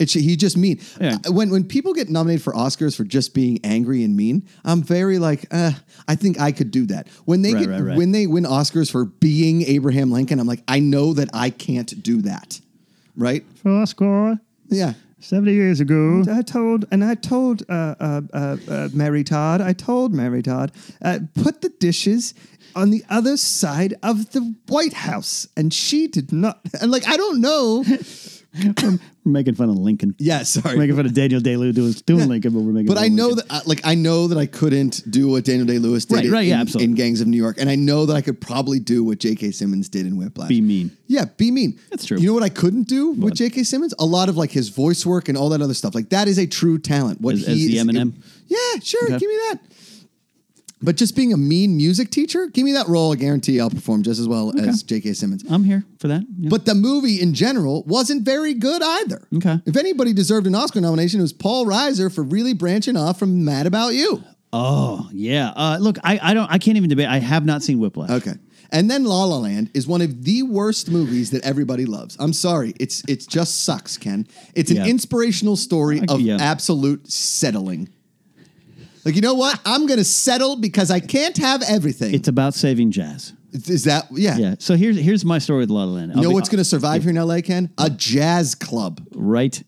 It should, he just mean. Yeah. Uh, When when people get nominated for Oscars for just being angry and mean, I'm very like, uh, I think I could do that. When they Right, get, right, right. when they win Oscars for being Abraham Lincoln, I'm like, I know that I can't do that. Right? Oscar, Yeah. 70 years ago. I told, and I told uh, uh, uh, uh, Mary Todd, I told Mary Todd, uh, put the dishes on the other side of the White House. And she did not. And like, I don't know. We're making fun of Lincoln. [LAUGHS] yeah, We're sorry. making fun of Daniel Day Lewis doing, doing Lincoln, but we're making But fun I of know Lincoln. that, I- like, I know that I couldn't do what Daniel Day Lewis did Right, in, right, yeah, in- absolutely. in Gangs of New York, and I know that I could probably do what J.K. Simmons did in Whiplash. Be mean. Yeah, be mean. That's true. You know what I couldn't do with J.K. Simmons? A lot of like his voice work and all that other stuff. Like that is a true talent. What As- he as the is- Eminem? yeah, sure. Okay. Give me that. But just being a mean music teacher, give me that role. I guarantee I'll perform just as well as J.K. Simmons. I'm here for that. Yeah. But the movie in general wasn't very good either. Okay. If anybody deserved an Oscar nomination, it was Paul Reiser for really branching off from Mad About You. oh yeah. Uh, look, I, I don't. I can't even debate. I have not seen Whiplash. Okay. And then La La Land is one of the worst movies that everybody loves. I'm sorry, it's it's just sucks, Ken. It's an Yeah. inspirational story I- of yeah. absolute settling. Like you know what? I'm gonna settle because I can't have everything. It's about saving jazz. is that yeah? Yeah. So here's here's my story with La La Land. You know what's gonna survive here in LA, Ken? A jazz club. right?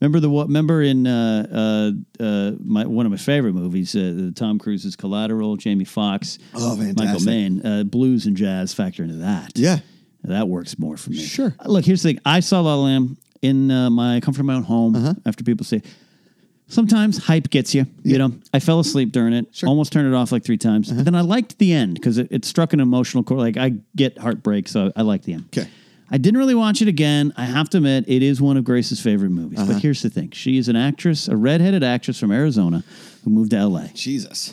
Remember the what? Remember in uh, uh, uh, my one of my favorite movies, uh, Tom Cruise's Collateral, Jamie Foxx, Oh, Michael fantastic. Mann, uh, blues and jazz factor into that. Yeah. that works more for me. Sure. Uh, Look, here's the thing. I saw La La Land in uh, my comfort of my own home. Uh-huh. After people say, sometimes hype gets you. You know, I fell asleep during it. Almost turned it off like three times. But then I liked the end because it, it struck an emotional chord. Like I get heartbreak, so I like the end. 'Kay. I didn't really watch it again. I have to admit, it is one of Grace's favorite movies. But here's the thing: she is an actress, a redheaded actress from Arizona, who moved to L.A. Jesus.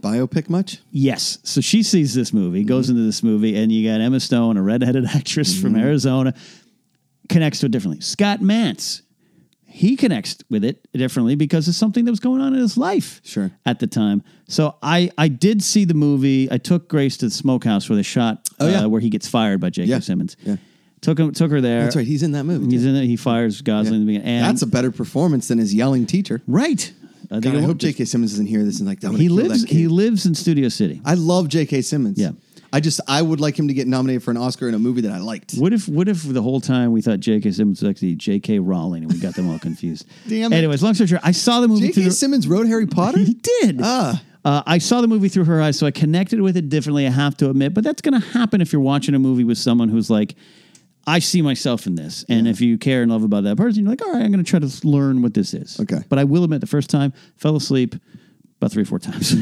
Biopic much? Yes. So she sees this movie, goes Mm-hmm. into this movie, and you got Emma Stone, a redheaded [LAUGHS] actress from Arizona, connects to it differently. Scott Mantz, he connects with it differently because it's something that was going on in his life Sure. at the time. So I, I did see the movie. I took Grace to the smokehouse where they shot Oh, yeah. uh, where he gets fired by J.K. Yeah. Simmons. Yeah. Took him took her there. That's right. He's in that movie. He's too. in it. He fires Gosling in the beginning. And That's a better performance than his yelling teacher. right. I think God, it I hope won't just- J.K. Simmons doesn't hear this and like I'm gonna he kill that lives kid. he lives in Studio City. I love J.K. Simmons. Yeah. I just I would like him to get nominated for an Oscar in a movie that I liked. What if what if the whole time we thought J.K. Simmons was actually J.K. Rowling and we got them all [LAUGHS] confused? Damn it. Anyways, long story short, I saw the movie. J.K. through Simmons wrote Harry [LAUGHS] Potter. He did. Ah. Uh, I saw the movie through her eyes, so I connected with it differently. I have to admit, but that's going to happen if you're watching a movie with someone who's like, "I see myself in this," and if you care and love about that person, you're like, "All right, I'm going to try to learn what this is." Okay. But I will admit, the first time, fell asleep about three or four times.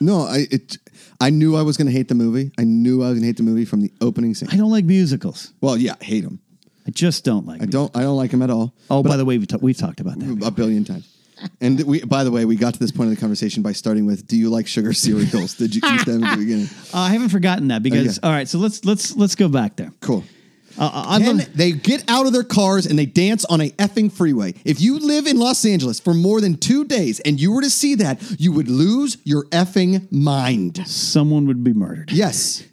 No, I it, I knew I was going to hate the movie. I knew I was going to hate the movie from the opening scene. [LAUGHS] I don't like musicals. Well, yeah, hate him. I just don't like. I don't. I don't like him at all. Oh, by the way, we ta- we've talked about that. A billion times. And we, by the way, we got to this point of the conversation by starting with, "Do you like sugar cereals? Did you eat them at the beginning?" Uh, I haven't forgotten Oh, that because Okay. all right, so let's let's let's go back there. Cool. Uh, I I Then love, they get out of their cars and they dance on a effing freeway. If you live in Los Angeles for more than two days and you were to see that, you would lose your effing mind. someone would be murdered. [LAUGHS] Yes.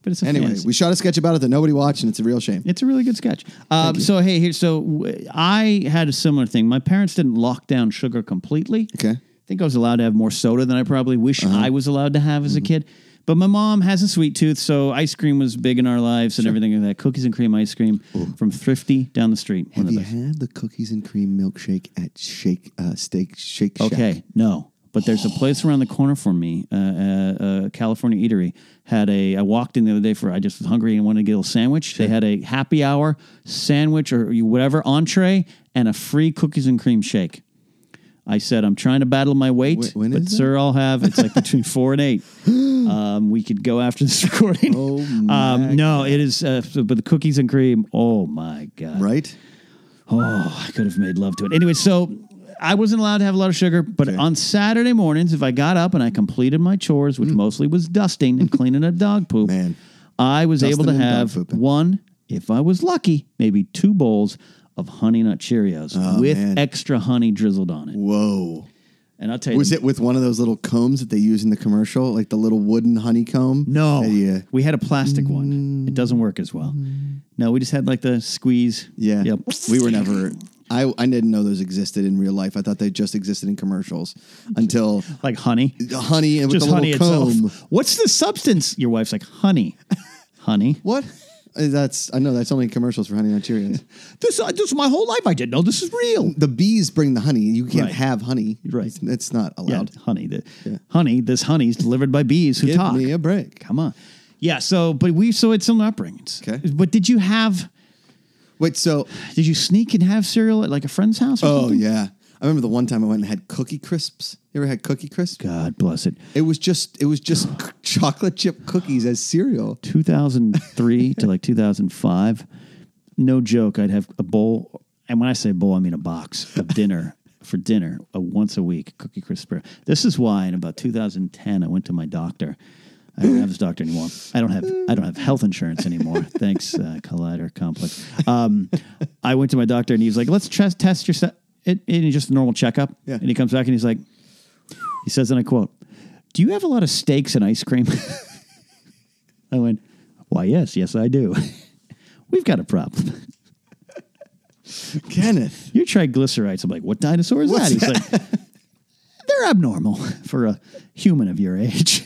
But it's a Anyway, fantasy. we shot a sketch about it that nobody watched, and it's a real shame. It's a really good sketch. Um, so hey, here. So w- I had a similar thing. My parents didn't lock down sugar completely. Okay. Uh-huh. I think I was allowed to have more soda than I probably wish I was allowed to have as Mm-hmm. a kid. But my mom has a sweet tooth, so ice cream was big in our lives and everything like that. Cookies and cream ice cream from Thrifty down the street. One Have of you the best. had the cookies and cream milkshake at Shake uh, Steak Shake Shack? Okay, no. But there's a place around the corner from me, uh, uh, uh, California Eatery. Had a I walked in the other day for I just was hungry and wanted to get a little sandwich. They had a happy hour sandwich or you- whatever entree and a free cookies and cream shake. I said I'm trying to battle my weight, Wh- when but is sir, I'll have it's like [LAUGHS] between four and eight. Um, we could go after this [LAUGHS] recording. Oh my um, no, it is. Uh, so- but the cookies and cream. Oh my god. Right? Oh, I could have made love to it. Anyway, so I wasn't allowed to have a lot of sugar, but on Saturday mornings, if I got up and I completed my chores, which mostly was dusting and cleaning a dog poop, Mm. Man. I was able to Dusting and dog have pooping. one, if I was lucky, maybe two bowls of Honey Nut Cheerios with Oh, man. extra honey drizzled on it. Whoa. And I'll tell you, Was it with one of those little combs that they use in the commercial, like the little wooden honeycomb? No, Yeah. Mm. we had a plastic one. It doesn't work as well. No, we just had like the squeeze. Yeah. Yep. We were never. I, I didn't know those existed in real life. I thought they just existed [LAUGHS] in commercials until like honey. honey and with just the honey little itself. comb. What's the substance? Your wife's like, honey, [LAUGHS] honey. What? Uh, That's I know that's only in commercials for Honey Nut [LAUGHS] Cheerios. This, uh, this my whole life. I didn't know this is real. the bees bring the honey. You can't Right. have honey. Right. It's, it's not Yeah, allowed. honey. The, Yeah. Honey. This honey is delivered by bees who Give talk. me a break. Come on. Yeah. So, but we so it's some upbringings. Okay. But did you have? [LAUGHS] Wait. So Did you sneak and have cereal at like a friend's house? Or oh something? yeah, I remember the one time I went and had cookie crisps. You ever had cookie crisps? God bless it. It was just it [SIGHS] was just c- chocolate chip cookies as cereal. 2003 to like 2005. No joke, I'd have a bowl, and when I say bowl, I mean a box of dinner for dinner a once a week cookie crisp. cereal. This is why in about 2010 I went to my doctor. I don't have this doctor anymore. I don't have I don't have health insurance anymore. Thanks, uh, Collider Complex. Um, I went to my doctor and he was like, "Let's test test your se- it, it just a normal checkup." Yeah. And he comes back and he's like, he says, and I quote, "Do you have a lot of steaks and ice cream?" [LAUGHS] I went, Why, yes, yes, I do. [LAUGHS] We've got a problem. Kenneth, Your triglycerides. I'm like, What dinosaur is What's that? He's like, They're abnormal for a human of your age.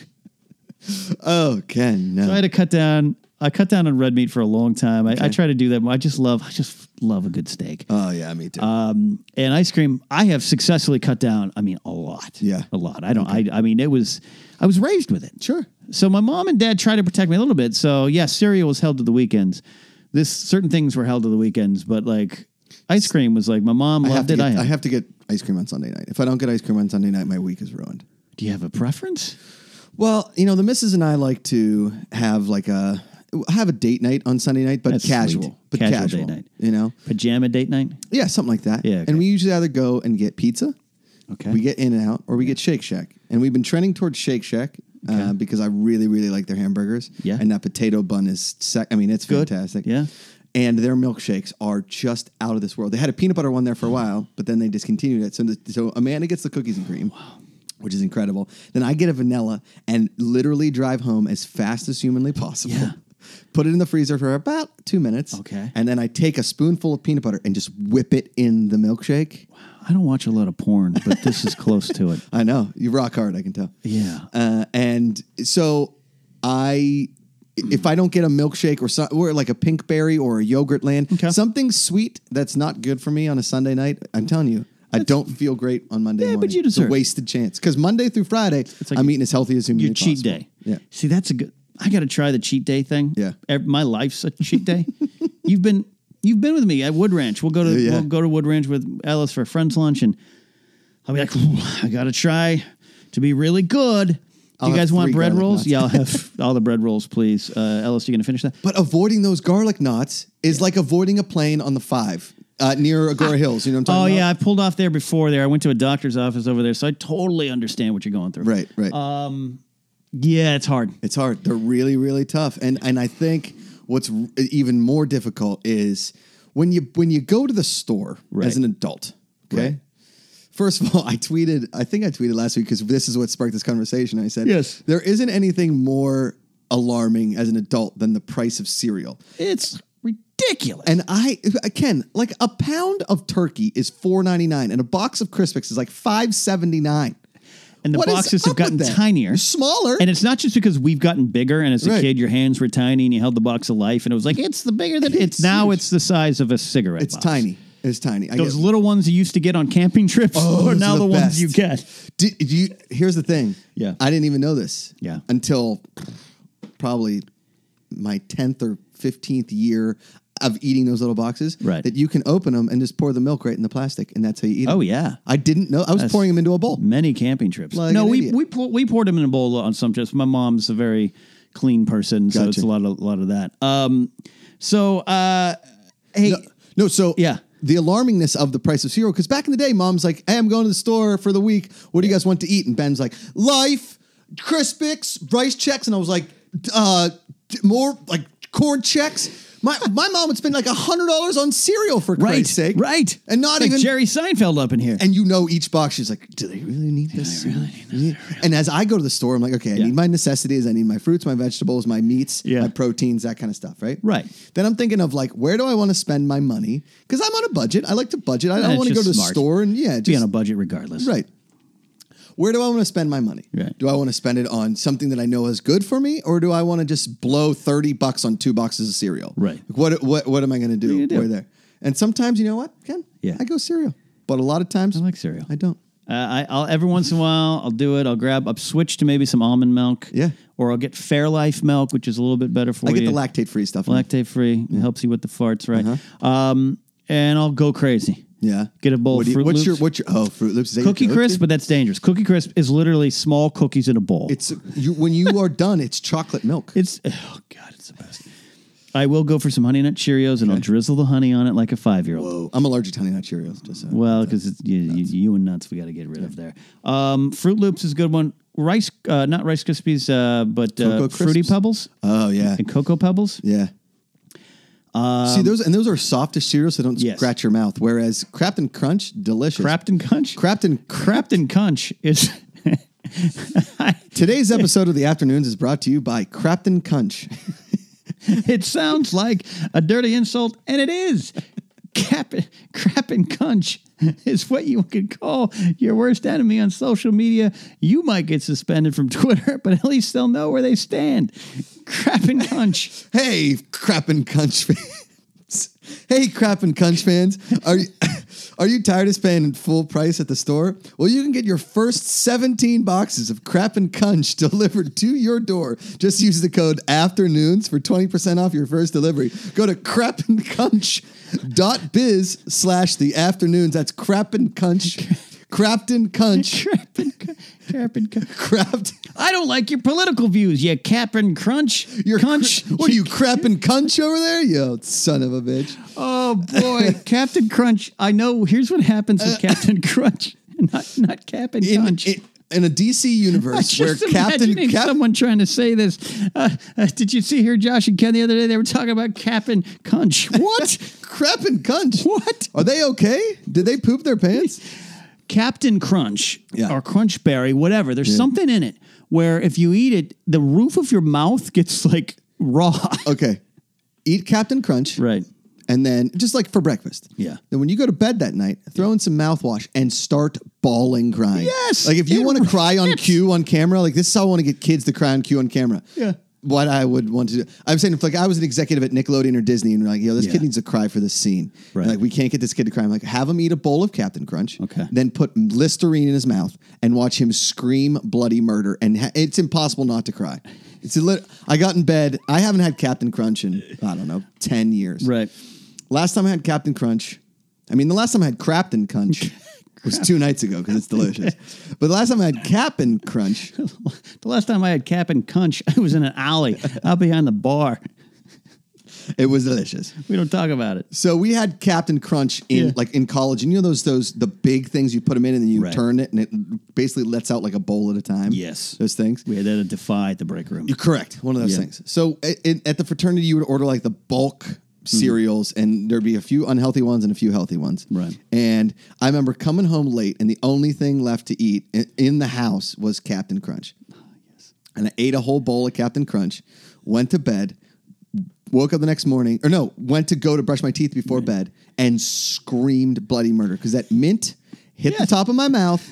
oh Ken, no. So I had to cut down. I cut down on red meat for a long time. I, I try to do that. I just love, I just love a good steak oh yeah, me too. Uh, and ice cream. I have successfully cut down. I mean, a lot. Yeah. a lot. I don't. I. I mean, it was. I was raised with it. Sure. So my mom and dad tried to protect me a little bit. So yes, cereal was held to the weekends. This certain things were held to the weekends, but like ice cream was like my mom I have loved to it. get, I, had. I have to get ice cream on Sunday night. If I don't get ice cream on Sunday night, my week is ruined. Do you have a preference? Well, you know, the missus and I like to have like a have a date night on Sunday night, but That's casual, sweet. but Casual casual, date night. You know, Pajama date night. yeah, something like that. Yeah, okay. and we usually either go and get pizza, Okay. we get In and Out, or we get Shake Shack, and we've been trending towards Shake Shack. Uh, because I really, really like their hamburgers. Yeah. And that potato bun is, sec- I mean, it's Good. fantastic. Yeah. And their milkshakes are just out of this world. They had a peanut butter one there for a while, but then they discontinued it. So, so Amanda gets the cookies and cream, which is incredible. Then I get a vanilla and literally drive home as fast as humanly possible. Yeah. [LAUGHS] Put it in the freezer for about two minutes. Okay. And then I take a spoonful of peanut butter and just whip it in the milkshake. I don't watch a lot of porn, but this is close [LAUGHS] to it. I know. You rock hard, I can tell. Yeah. Uh, and so I, if I don't get a milkshake or, so, or like a pink berry or a yogurt land, Okay. something sweet that's not good for me on a Sunday night, I'm telling you, I don't feel great on Monday Yeah, but morning. you It's a deserve it. wasted chance. Because Monday through Friday, like I'm your- eating as healthy as humanly Your cheat possible. day. Yeah. See, that's a good. I got to try the cheat day thing. Yeah. Ev- my life's a cheat [LAUGHS] day. you've been you've been with me at Wood Ranch. We'll go to Yeah, yeah. we'll go to Wood Ranch with Ellis for a friends lunch, and I'll be like, "Ooh, I got to try to be really good. Do I'll you have guys want three bread garlic rolls? knots. Yeah, I'll [LAUGHS] have all the bread rolls, please. Uh, Ellis, you gonna finish that? But avoiding those garlic knots is like avoiding a plane on the five. uh, near Agora Hills. You know what I'm Oh talking yeah, I about? pulled off there before there. I went to a doctor's office over there, so I totally understand what you're going through. Right, right. Yeah, it's hard. It's hard. They're really, really tough. And and I think what's r- even more difficult is when you when you go to the store Right. as an adult. Okay. First of all, [LAUGHS] I tweeted. I think I tweeted last week because this is what sparked this conversation. I said, Yes. there isn't anything more alarming as an adult than the price of cereal." It's ridiculous. And I again, like a pound of turkey is four ninety nine, and a box of Crispix is like five seventy nine. And the boxes have gotten tinier. smaller, And it's not just because we've gotten bigger, and as a Right. kid, your hands were tiny, and you held the box of life, and it was like it's the bigger than it's, It's now. huge. It's the size of a cigarette. it's box. tiny. It's tiny. I Those get- little ones you used to get on camping trips Oh, are those now are the, the ones you best. get. Did, did you? Here's the thing. Yeah. I didn't even know this. Yeah. Until probably my tenth or fifteenth year of eating those little boxes. Right. That you can open them and just pour the milk right in the plastic, and that's how you eat. 'em. Oh, yeah. I didn't know. I was pouring them into a bowl. Many camping trips. Like no, an we idiot. we, pour, we poured them in a bowl on some trips. My mom's a very clean person, so Gotcha. it's a lot of lot of that. Um, so uh, hey, No, no, so Yeah. the alarmingness of the price of cereal. Because back in the day, mom's like, "Hey, I'm going to the store for the week. What do you guys want to eat?" And Ben's like, "Life, Crispix, rice checks," and I was like, "Uh, d- more like corn checks." My my mom would spend like a hundred dollars on cereal for right, Christ's sake, right, And not Like even Jerry Seinfeld up in here. and you know each box. She's like, "Do they really need this?" Yeah. And as I go to the store, I'm like, "Okay, I Yeah. need my necessities. I need my fruits, my vegetables, my meats, Yeah. my proteins, that kind of stuff." Right. Right. Then I'm thinking of like, where do I want to spend my money? Because I'm on a budget. I like to budget. I it's don't want to go just to the smart. store and yeah, Be on just a budget regardless. right. Where do I want to spend my money? Right. Do I want to spend it on something that I know is good for me, or do I want to just blow thirty bucks on two boxes of cereal? Right. Like, what what what am I going to do? you do? Where there? And sometimes you know what, Ken? Yeah. I go cereal, but a lot of times I like cereal. I don't. Uh, I, I'll every once in a while I'll do it. I'll grab. I'll switch to maybe some almond milk. Yeah. Or I'll get Fairlife milk, which is a little bit better for I you. get the lactate free stuff. lactate free. It helps you with the farts, right? Um, and I'll go crazy. Uh-huh. yeah. Get a bowl What of do you- Fruit what's Loops. your what's your oh Fruit Loops? Is that your Cookie go-to? crisp, but that's dangerous. Cookie crisp is literally small cookies in a bowl. It's It's you, when you are done, it's chocolate milk. it's oh god, it's the best. I will go for some honey nut Cheerios and I'll drizzle the honey on it like a five year old. Oh, I'm allergic to honey nut Cheerios. Just so. Well, because you, you, you and nuts, we got to get rid of there. Um, Fruit Loops is a good one. Rice, uh, not Rice Krispies, uh, but uh, Cocoa Fruity Crisps? Pebbles oh yeah, and Cocoa Pebbles. yeah. See those and those are softish cereals, so don't Um, Yes. scratch your mouth. Whereas Crafton Crunch, delicious. Crapton Conch. Crafton. Crapton Conch is. [LAUGHS] Today's episode of the afternoons is brought to you by Crafton Crunch. it sounds like a dirty insult, and it is. Cap, crap and conch is what you could call your worst enemy on social media. You might get suspended from Twitter, [LAUGHS] but at least they'll know where they stand. Crap and [LAUGHS] conch. Hey, Crafton Crunch [LAUGHS] fans. Hey, Crafton Crunch fans. Are you, [LAUGHS] are you tired of spending full price at the store? Well, you can get your first 17 boxes of Crafton Crunch [LAUGHS] delivered to your door. Just use the code AFTERNOONS for 20% off your first delivery. Go to crappencunch.biz slash the afternoons. That's Crafton Crunch. Crafton Crunch. Crap and, con- crap and conch. Craft. I don't like your political views, you cap and crunch. Your [LAUGHS] conch. What are you, Crafton Crunch over there? You son of a bitch. Oh boy, [LAUGHS] Captain Crunch. I know. Here's what happens with Captain Crunch, [LAUGHS] not not Cap and Uh, in, Crunch. in, in a [LAUGHS] DC universe where Just Captain imagining Cap- [LAUGHS] someone trying to say this. Uh, uh, did you see here, Josh and Ken, the other day? They were talking about Captain [LAUGHS] Crunch. What? Crap and Cunch. What? Are they okay? Did they poop [LAUGHS] their pants? Captain Crunch Yeah. or Crunch Berry, whatever. There's something in it where if you eat it, the roof of your mouth gets like raw. Okay. Eat Captain Crunch. right. And then just like for breakfast. Yeah. Then when you go to bed that night, throw in some mouthwash and start bawling crying. Yes! Like if It you want to cry on rips. cue on camera, like this is how I want to get kids to cry on cue on camera. Yeah. What I would want to do. I'm saying if like I was an executive at Nickelodeon or Disney and like, yo, this Yeah. kid needs to cry for this scene. Right. Like we can't get this kid to cry. I'm like, have him eat a bowl of Captain Crunch. Okay. Then put Listerine in his mouth and watch him scream bloody murder. And ha- it's impossible not to cry. It's a lit- I got in bed. I haven't had Captain Crunch in, I don't know, 10 years. Right. Last time I had Captain Crunch, I mean, the last time I had Crapton Crunch [LAUGHS] was two nights ago because it's delicious. But the last time I had Captain [LAUGHS] Crunch, [LAUGHS] [LAUGHS] The last time I had Captain Crunch, I was in an alley out behind the bar. It was delicious. We don't talk about it. So we had Captain Crunch in Yeah. like in college, and you know those those the big things you put them in and then you Right. turn it and it basically lets out like a bowl at a time. Yes. those things. We had that at Defy at the break room. You're correct. One of those Yeah. things. So i- in, at the fraternity, you would order like the bulk cereals, and there'd be a few unhealthy ones and a few healthy ones. Right. And I remember coming home late, and the only thing left to eat in, in the house was Captain Crunch. Ah, And I ate a whole bowl of Captain Crunch, went to bed, woke up the next morning, or no, went to go to brush my teeth before bed, and screamed bloody murder because that mint hit the top of my mouth.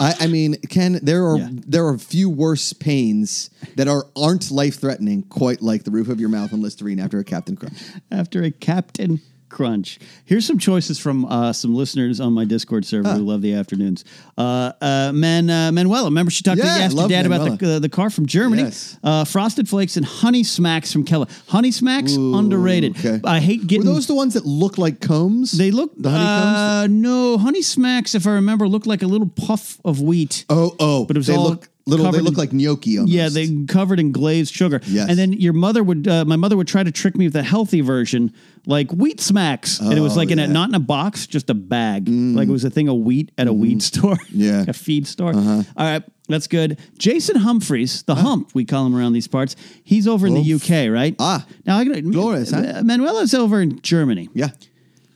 I, I mean, Ken, there are Yeah. there are few worse pains that are aren't life threatening, quite like the roof of your mouth on Listerine after a Captain Crunch. after a Captain Crunch. Here's some choices from uh, some listeners on my Discord server who love the afternoons. Uh, uh, Man, uh, Manuela, remember she talked Yeah, I to asked your love dad about the, Manuela. uh, the car from Germany. Yes. Uh, Frosted Flakes and Honey Smacks from Kella. Honey Smacks underrated. okay. I hate getting Were those the ones that look like combs? They look the honeycombs. Uh, no, honey smacks, if I remember, looked like a little puff of wheat. oh, oh, but it was they all look little. They covered look in- like gnocchi. Almost. Yeah, they covered in glazed sugar. Yes. And then your mother would, uh, my mother would try to trick me with a healthy version, like wheat smacks, and it was Oh, like in a yeah. Mm. not in a box, just a bag, like it was a thing of wheat at a weed store, [LAUGHS] Mm-hmm. Yeah. Uh-huh. a feed store. All right, that's good. Jason Humphreys, the Hump, we call him around these parts. He's over in the Humph. UK, right? Ah. now I gotta- Glorious, huh? uh, Manuela's over in Germany. yeah.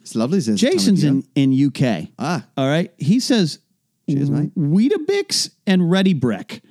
It's lovely. this time of Jason's year. in in UK. Ah. all right. He says, Cheers, mate. Weetabix and Ready Brick.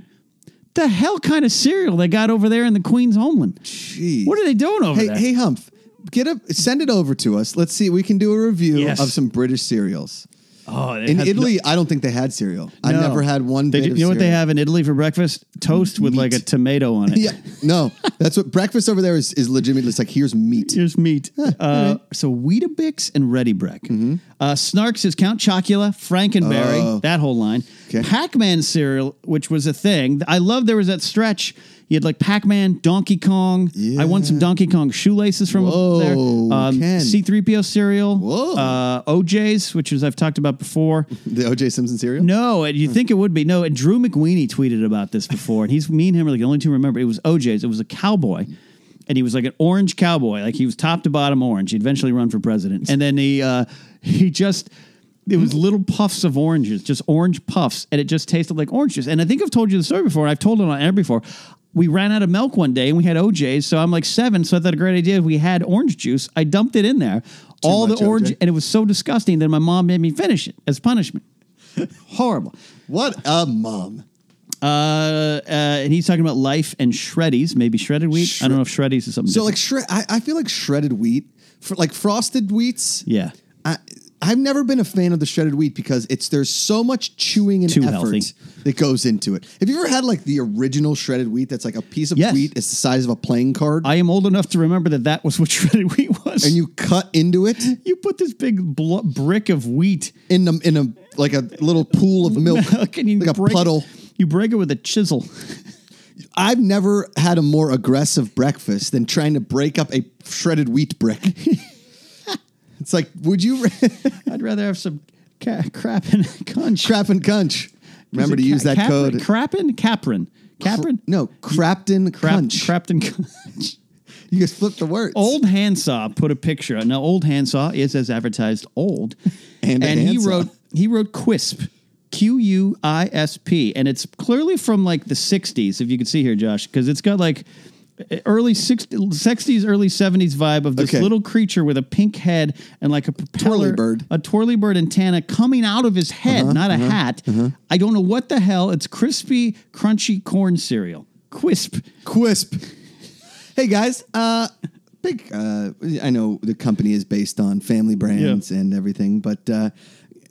The hell kind of cereal they got over there in the Queen's homeland? Jeez. What are they doing over hey, there? Hey, Humph, get up, send it over to us. Let's see. We can do a review Yes. of some British cereals. oh, it In has Italy, I don't think they had cereal. I no- never had one. They bit do- of you know what they cereal. have in Italy for breakfast? Toast with like a tomato on [LAUGHS] it. Yeah, no, that's what breakfast over there is. Is legitimately it's like here's meat. Here's meat. Uh, so Weetabix and Ready Brick. Uh, Snarks is Count Chocula, Frankenberry, Mm-hmm. Oh. that whole line. Okay. Pac-Man cereal, which was a thing. I love there was that stretch. You had like Pac-Man, Donkey Kong. I won some Donkey Kong shoelaces from Whoa, up there. Um, Ken. C-3PO cereal. Whoa. Uh, OJ's, which is I've talked about before. The O.J. Simpson cereal. No, and you think it would be no. And Drew McWeeny tweeted about this before, and he's me and him are like the only two who remember. It was OJ's. It was a cowboy, and he was like an orange cowboy, like he was top to bottom orange. He'd eventually run for president, and then he uh, [LAUGHS] he just. It was little puffs of oranges, just orange puffs, and it just tasted like oranges. And I think I've told you the story before, and I've told it on air before. We ran out of milk one day, and we had OJ's. So I'm like seven, so I thought a great idea. We had orange juice. I dumped it in there, all much the orange, OJ. and it was so disgusting that my mom made me finish it as [LAUGHS] punishment. Horrible. What a mom. Uh, uh, and he's talking about life and shreddies, maybe shredded wheat. I don't know if shreddies is something. So like different. shred, I, I feel like shredded wheat, for like frosted wheats. yeah, I, I've never been a fan of the shredded wheat because it's there's so much chewing and Too effort healthy. that goes into it. Have you ever had like the original shredded wheat that's like a piece of Yes. wheat it's the size of a playing card I am old enough to remember that that was what [LAUGHS] shredded wheat was. and you cut into it you put this big bl- brick of wheat, [LAUGHS] in a, in a like a little pool of milk, and you like a break puddle. It, you break it with a chisel. I've never had a more aggressive breakfast than trying to break up a shredded wheat brick. [LAUGHS] it's like, would you [LAUGHS] I'd rather have some ca- crap and [LAUGHS] conch. crap and cunch? Remember to use that code. Crappin, Capron, Capron. no, Crapton Crap, Oh, Crunch. Crapton. Conch. You just flipped the words. Old Handsaw put a picture. Now, Old Handsaw is as advertised old, [LAUGHS] And a he handsaw. wrote he wrote Quisp, Q U I S P, and it's clearly from like the '60s. If you could see here, Josh, because it's got like early 60s, 60s, early 70s vibe of this Okay. little creature with a pink head and like a propeller, Twirly bird. Uh-huh, a twirly bird antenna coming out of his head, not a hat. I don't know what the hell. It's crispy, crunchy corn cereal. Quisp. Quisp. Hey guys, uh, big. Uh, I know the company is based on family brands and everything, but uh,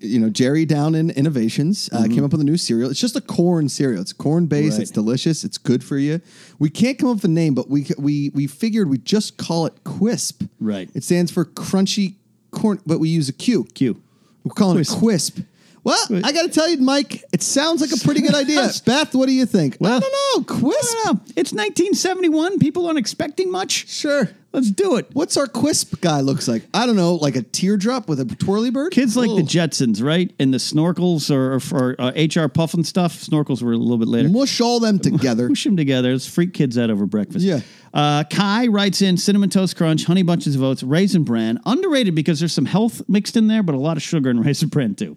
you know Jerry Down in Innovations uh, came up with a new cereal. It's just a corn cereal. It's corn based. Mm-hmm. Right. It's delicious. It's good for you. We can't come up with a name, but we c- we we figured we just call it Quisp. Right. It stands for crunchy corn, but we use a Q. Q. We're calling Quisp. it Quisp. Well, I got to tell you, Mike, it sounds like a pretty [LAUGHS] good idea. Beth, what do you think? I Well- uh, don't know. Quisp? I don't know. It's 1971. People aren't expecting much. Sure. Let's do it. What's our Quisp guy looks like? I don't know, like a teardrop with a twirly bird? Kids like the Ugh. Jetsons, right? And the snorkels or, or uh, HR Puff and stuff. Snorkels were a little bit later. Mush all [LAUGHS] them together. Push them together. Let's freak kids out over breakfast. Yeah. Uh, Kai writes in cinnamon toast crunch, honey bunches of oats, raisin bran. Underrated because there's some health mixed in there, but a lot of sugar in [LAUGHS] raisin bran too.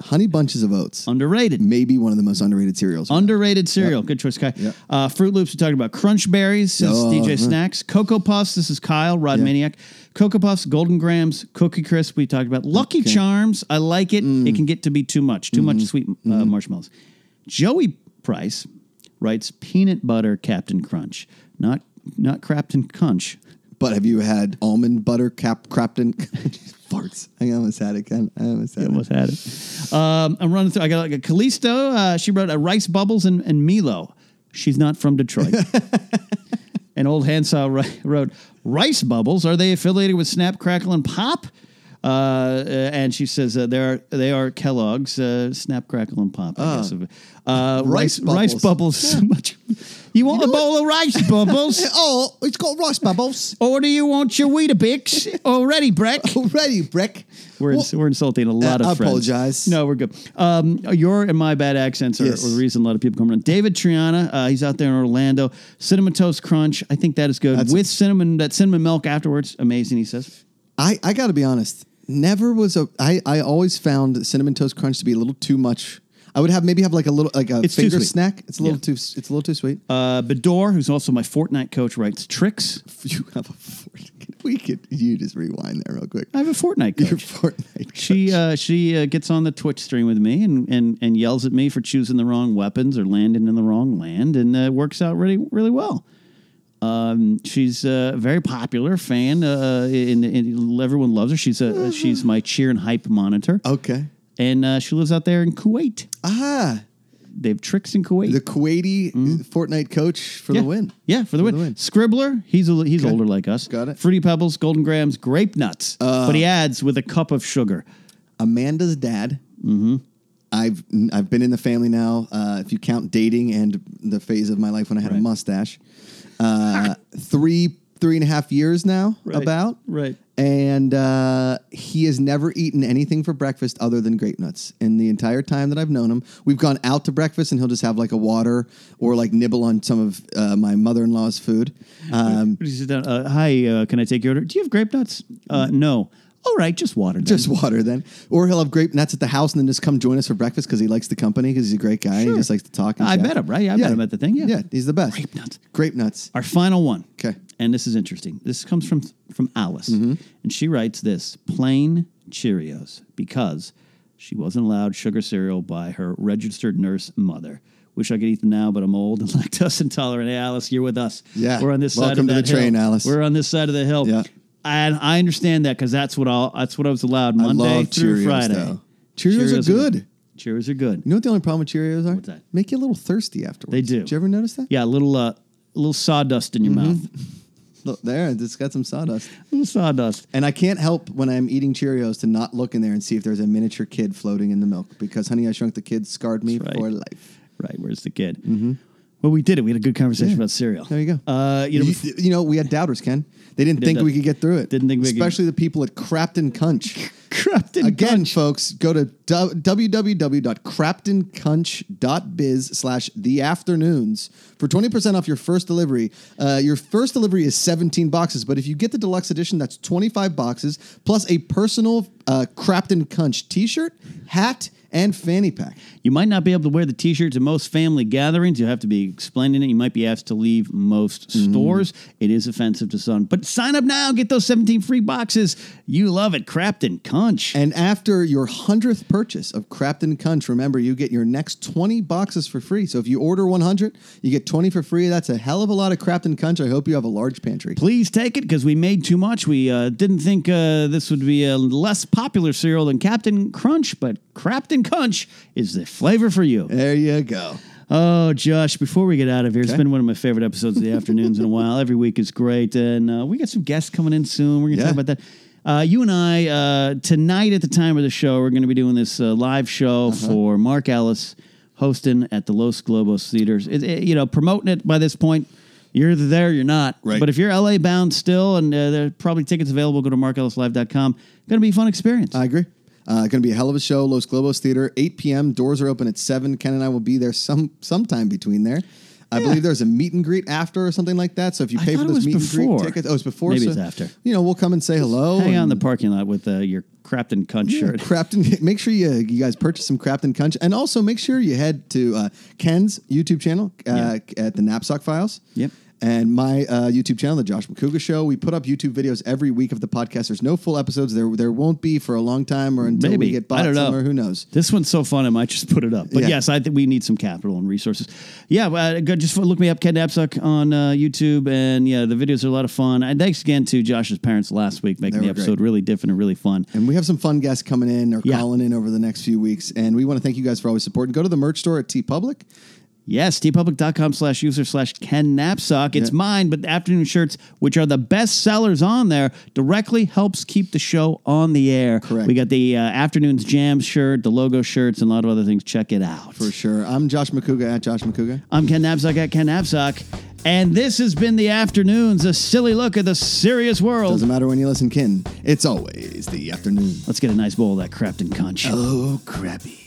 Honey bunches of oats. Underrated. Maybe one of the most underrated cereals. Underrated cereal. Good choice, Kai. Yep. Uh, Fruit Loops, we talked about Crunch Berries, since Oh, DJ huh. Snacks. Cocoa Puffs, this is Kyle, Rod Yeah. Maniac. Cocoa Puffs, Golden Grams, Cookie Crisp, we talked about. Lucky Okay. Mm. Mm-hmm. Charms, I like it. It can get to be too much, too much sweet uh, marshmallows. Joey Price writes Peanut Butter Captain Crunch, not not Crapton Crunch. But have you had almond butter cap Crapton [LAUGHS] farts? I almost had it again. I almost had it. Almost had it. Um, I'm running through. I got like a Callisto. Uh, she wrote uh, Rice Bubbles and, and Milo. She's not from [LAUGHS] Detroit. and Old Handsaw ri- wrote Rice Bubbles. Are they affiliated with Snap Crackle and Pop? Uh, uh, and she says uh, they are they are Kellogg's uh, Snap Crackle and Pop. I guess. Uh, rice Rice Ah. rice bubbles. [LAUGHS] Bubbles. Much. You want a bowl of rice [LAUGHS] bubbles, Oh, it's called rice bubbles. [LAUGHS] or do you want your Weetabix already, Breck? Already, Breck. We're, Well, ins- we're insulting a lot Uh, of I friends. apologize. No, we're good. Um, your and my bad accents are, Yes. are the reason a lot of people come around. David Triana, uh, he's out there in Orlando. Cinnamon Toast Crunch, I think that is good. That's- With cinnamon, that cinnamon milk afterwards, amazing, he says. I, I got to be honest. Never was a. I, I always found cinnamon toast crunch to be a little too much. I would have maybe have like a little like a It's too finger sweet. snack. It's a little Yeah. too. It's a little too sweet. Uh, Bador, who's also my Fortnite coach, writes tricks. [LAUGHS] you have a Fortnite. We could. You just rewind there real [LAUGHS] quick. I have a Fortnite coach. Your Fortnite. She uh, she uh, gets on the Twitch stream with me and, and and yells at me for choosing the wrong weapons or landing in the wrong land, and uh, works out really really well. Um, she's a very popular fan, uh, and, and everyone loves her. She's a she's my cheer and hype monitor, Okay. and uh, she lives out there in Kuwait. Ah, They have tricks in Kuwait. the Kuwaiti Fortnite coach for Mm-hmm. yeah. the win. yeah, for the, win. the win. Scribbler, he's a, he's older like us. Got it. Uh. Fruity Pebbles, Golden Grams, Grape Nuts, but he adds with a cup of sugar. Amanda's dad. Mm-hmm. I've I've been in the family now. Uh, if you count dating and the phase of my life when I had Right. a mustache, uh, three three and a half years now Right. about Right. And uh, he has never eaten anything for breakfast other than grape nuts. In the entire time that I've known him, we've gone out to breakfast and he'll just have like a water or like nibble on some of uh, my mother in law's food. Um, He sits down, uh, Hi, uh, can I take your order? Do you have grape nuts? Uh, no. All right, just water. Then. Mm-hmm. Just [LAUGHS] water then. Or he'll have grape nuts at the house and then just come join us for breakfast because he likes the company because he's a great guy. Sure. He just likes to talk. and I chat. met him, right? I met him at the thing, yeah. Yeah, he's the best. Grape nuts. Grape nuts. our final one. Okay. Mm-hmm. And this is interesting. This comes from from Alice, and she writes this: plain Cheerios because she wasn't allowed sugar cereal by her registered nurse mother. Wish I could eat them now, but I'm old and [LAUGHS] lactose intolerant. Hey, Alice, you're with us. Yeah. we're on this side of Welcome to that the train, hill. Alice. We're on this side of the hill. Yeah. And I understand that because that's what all that's what I was allowed Monday love through Cheerios, Friday. though. Cheerios are good. Cheerios are good. You know what the only problem with Cheerios are? What's that? Make you a little thirsty afterwards. They do. Did you ever notice that? Yeah, a little uh, a little sawdust in your Mm-hmm. mouth. [LAUGHS] Look, there, it's got some sawdust. little sawdust. And I can't help when I'm eating Cheerios to not look in there and see if there's a miniature kid floating in the milk because Honey I Shrunk the Kid scarred me That's right. for life. Right, where's the kid? Mm-hmm. Well, we did it. We had a good conversation Yeah. about cereal. There you go. Uh, you know, [LAUGHS] you, you know, we had doubters, Ken. They didn't think doubt- we could get through it. didn't think we could- Especially the people at Crapton [LAUGHS] Cunch. Crapton Again, folks, go to du- www.craptoncunch.biz slash the afternoons for 20% off your first delivery. Uh, your first delivery is 17 boxes, but if you get the deluxe edition, that's 25 boxes plus a personal uh, Crapton Cunch t shirt, hat, and fanny pack. You might not be able to wear the T-shirts at most family gatherings. You have to be explaining it. You might be asked to leave most Mm-hmm. stores. It is offensive to some, but sign up now. Get those 17 free boxes. You love it, Crapton Conch. And after your 100th purchase of Crapton Cunch, remember you get your next 20 boxes for free. So if you order 100, you get 20 for free. That's a hell of a lot of Crapton Cunch. I hope you have a large pantry. Please take it because we made too much. We uh, didn't think uh, this would be a less popular cereal than Captain Crunch, but Crapton Crunch is the flavor for you. There you go. Oh, Josh, before we get out of here, it's Okay. been one of my favorite episodes of the afternoons in a while. Every week is great. And uh, we got some guests coming in soon. We're going to Yeah. talk about that. Uh, you and I uh, tonight at the time of the show, we're going to be doing this uh, live show Uh-huh. for Mark Ellis hosting at the Los Globos Theaters. It, it- you know, promoting it by this point. You're there, you're not. Right. But if you're LA bound still, and uh, there are probably tickets available, go to markellislive.com. Going to be a fun experience. I agree. Uh, going to be a hell of a show. Los Globos Theater, 8 p.m. Doors are open at 7. Ken and I will be there some sometime between there. I believe there's a meet and greet after or something like that. So if you I pay for thought it those was meet and before. greet tickets, oh, it's before. Maybe so, it's after. You know, we'll come and say hello. Hang out in and- the parking lot with uh, your Crapton Cunt shirt. Crapton, [LAUGHS] make sure you you guys purchase some Crapton Cunch, and also make sure you head to uh, Ken's YouTube channel uh, at the Knapsack Files. Yep. And my uh, YouTube channel, the Josh McCougar Show. We put up YouTube videos every week of the podcast. There's no full episodes. There there won't be for a long time or until Maybe. we get I bought don't know. somewhere. Who knows? This one's so fun, I might just put it up. But Yeah. yes, I think we need some capital and resources. Yeah, uh, go- just look me up, Ken Napsuck, on uh, YouTube. And yeah, the videos are a lot of fun. And thanks again to Josh's parents last week, making They the were great. episode really different and really fun. And we have some fun guests coming in or Yeah. calling in over the next few weeks. And we want to thank you guys for always supporting. Go to the merch store at T Public. Yes, tpublic.com slash user slash Ken Knapsack. It's Yeah. mine, but the afternoon shirts, which are the best sellers on there, directly helps keep the show on the air. Correct. We got the uh, afternoon's jam shirt, the logo shirts, and a lot of other things. Check it out. For sure. I'm Josh McCougar at Josh McCougar. I'm Ken Napsok at Ken Napsok, and this has been the afternoons, a silly look at the serious world. Doesn't matter when you listen, Ken. It's always the afternoon. Let's get a nice bowl of that Crapton conch. Oh, crappy.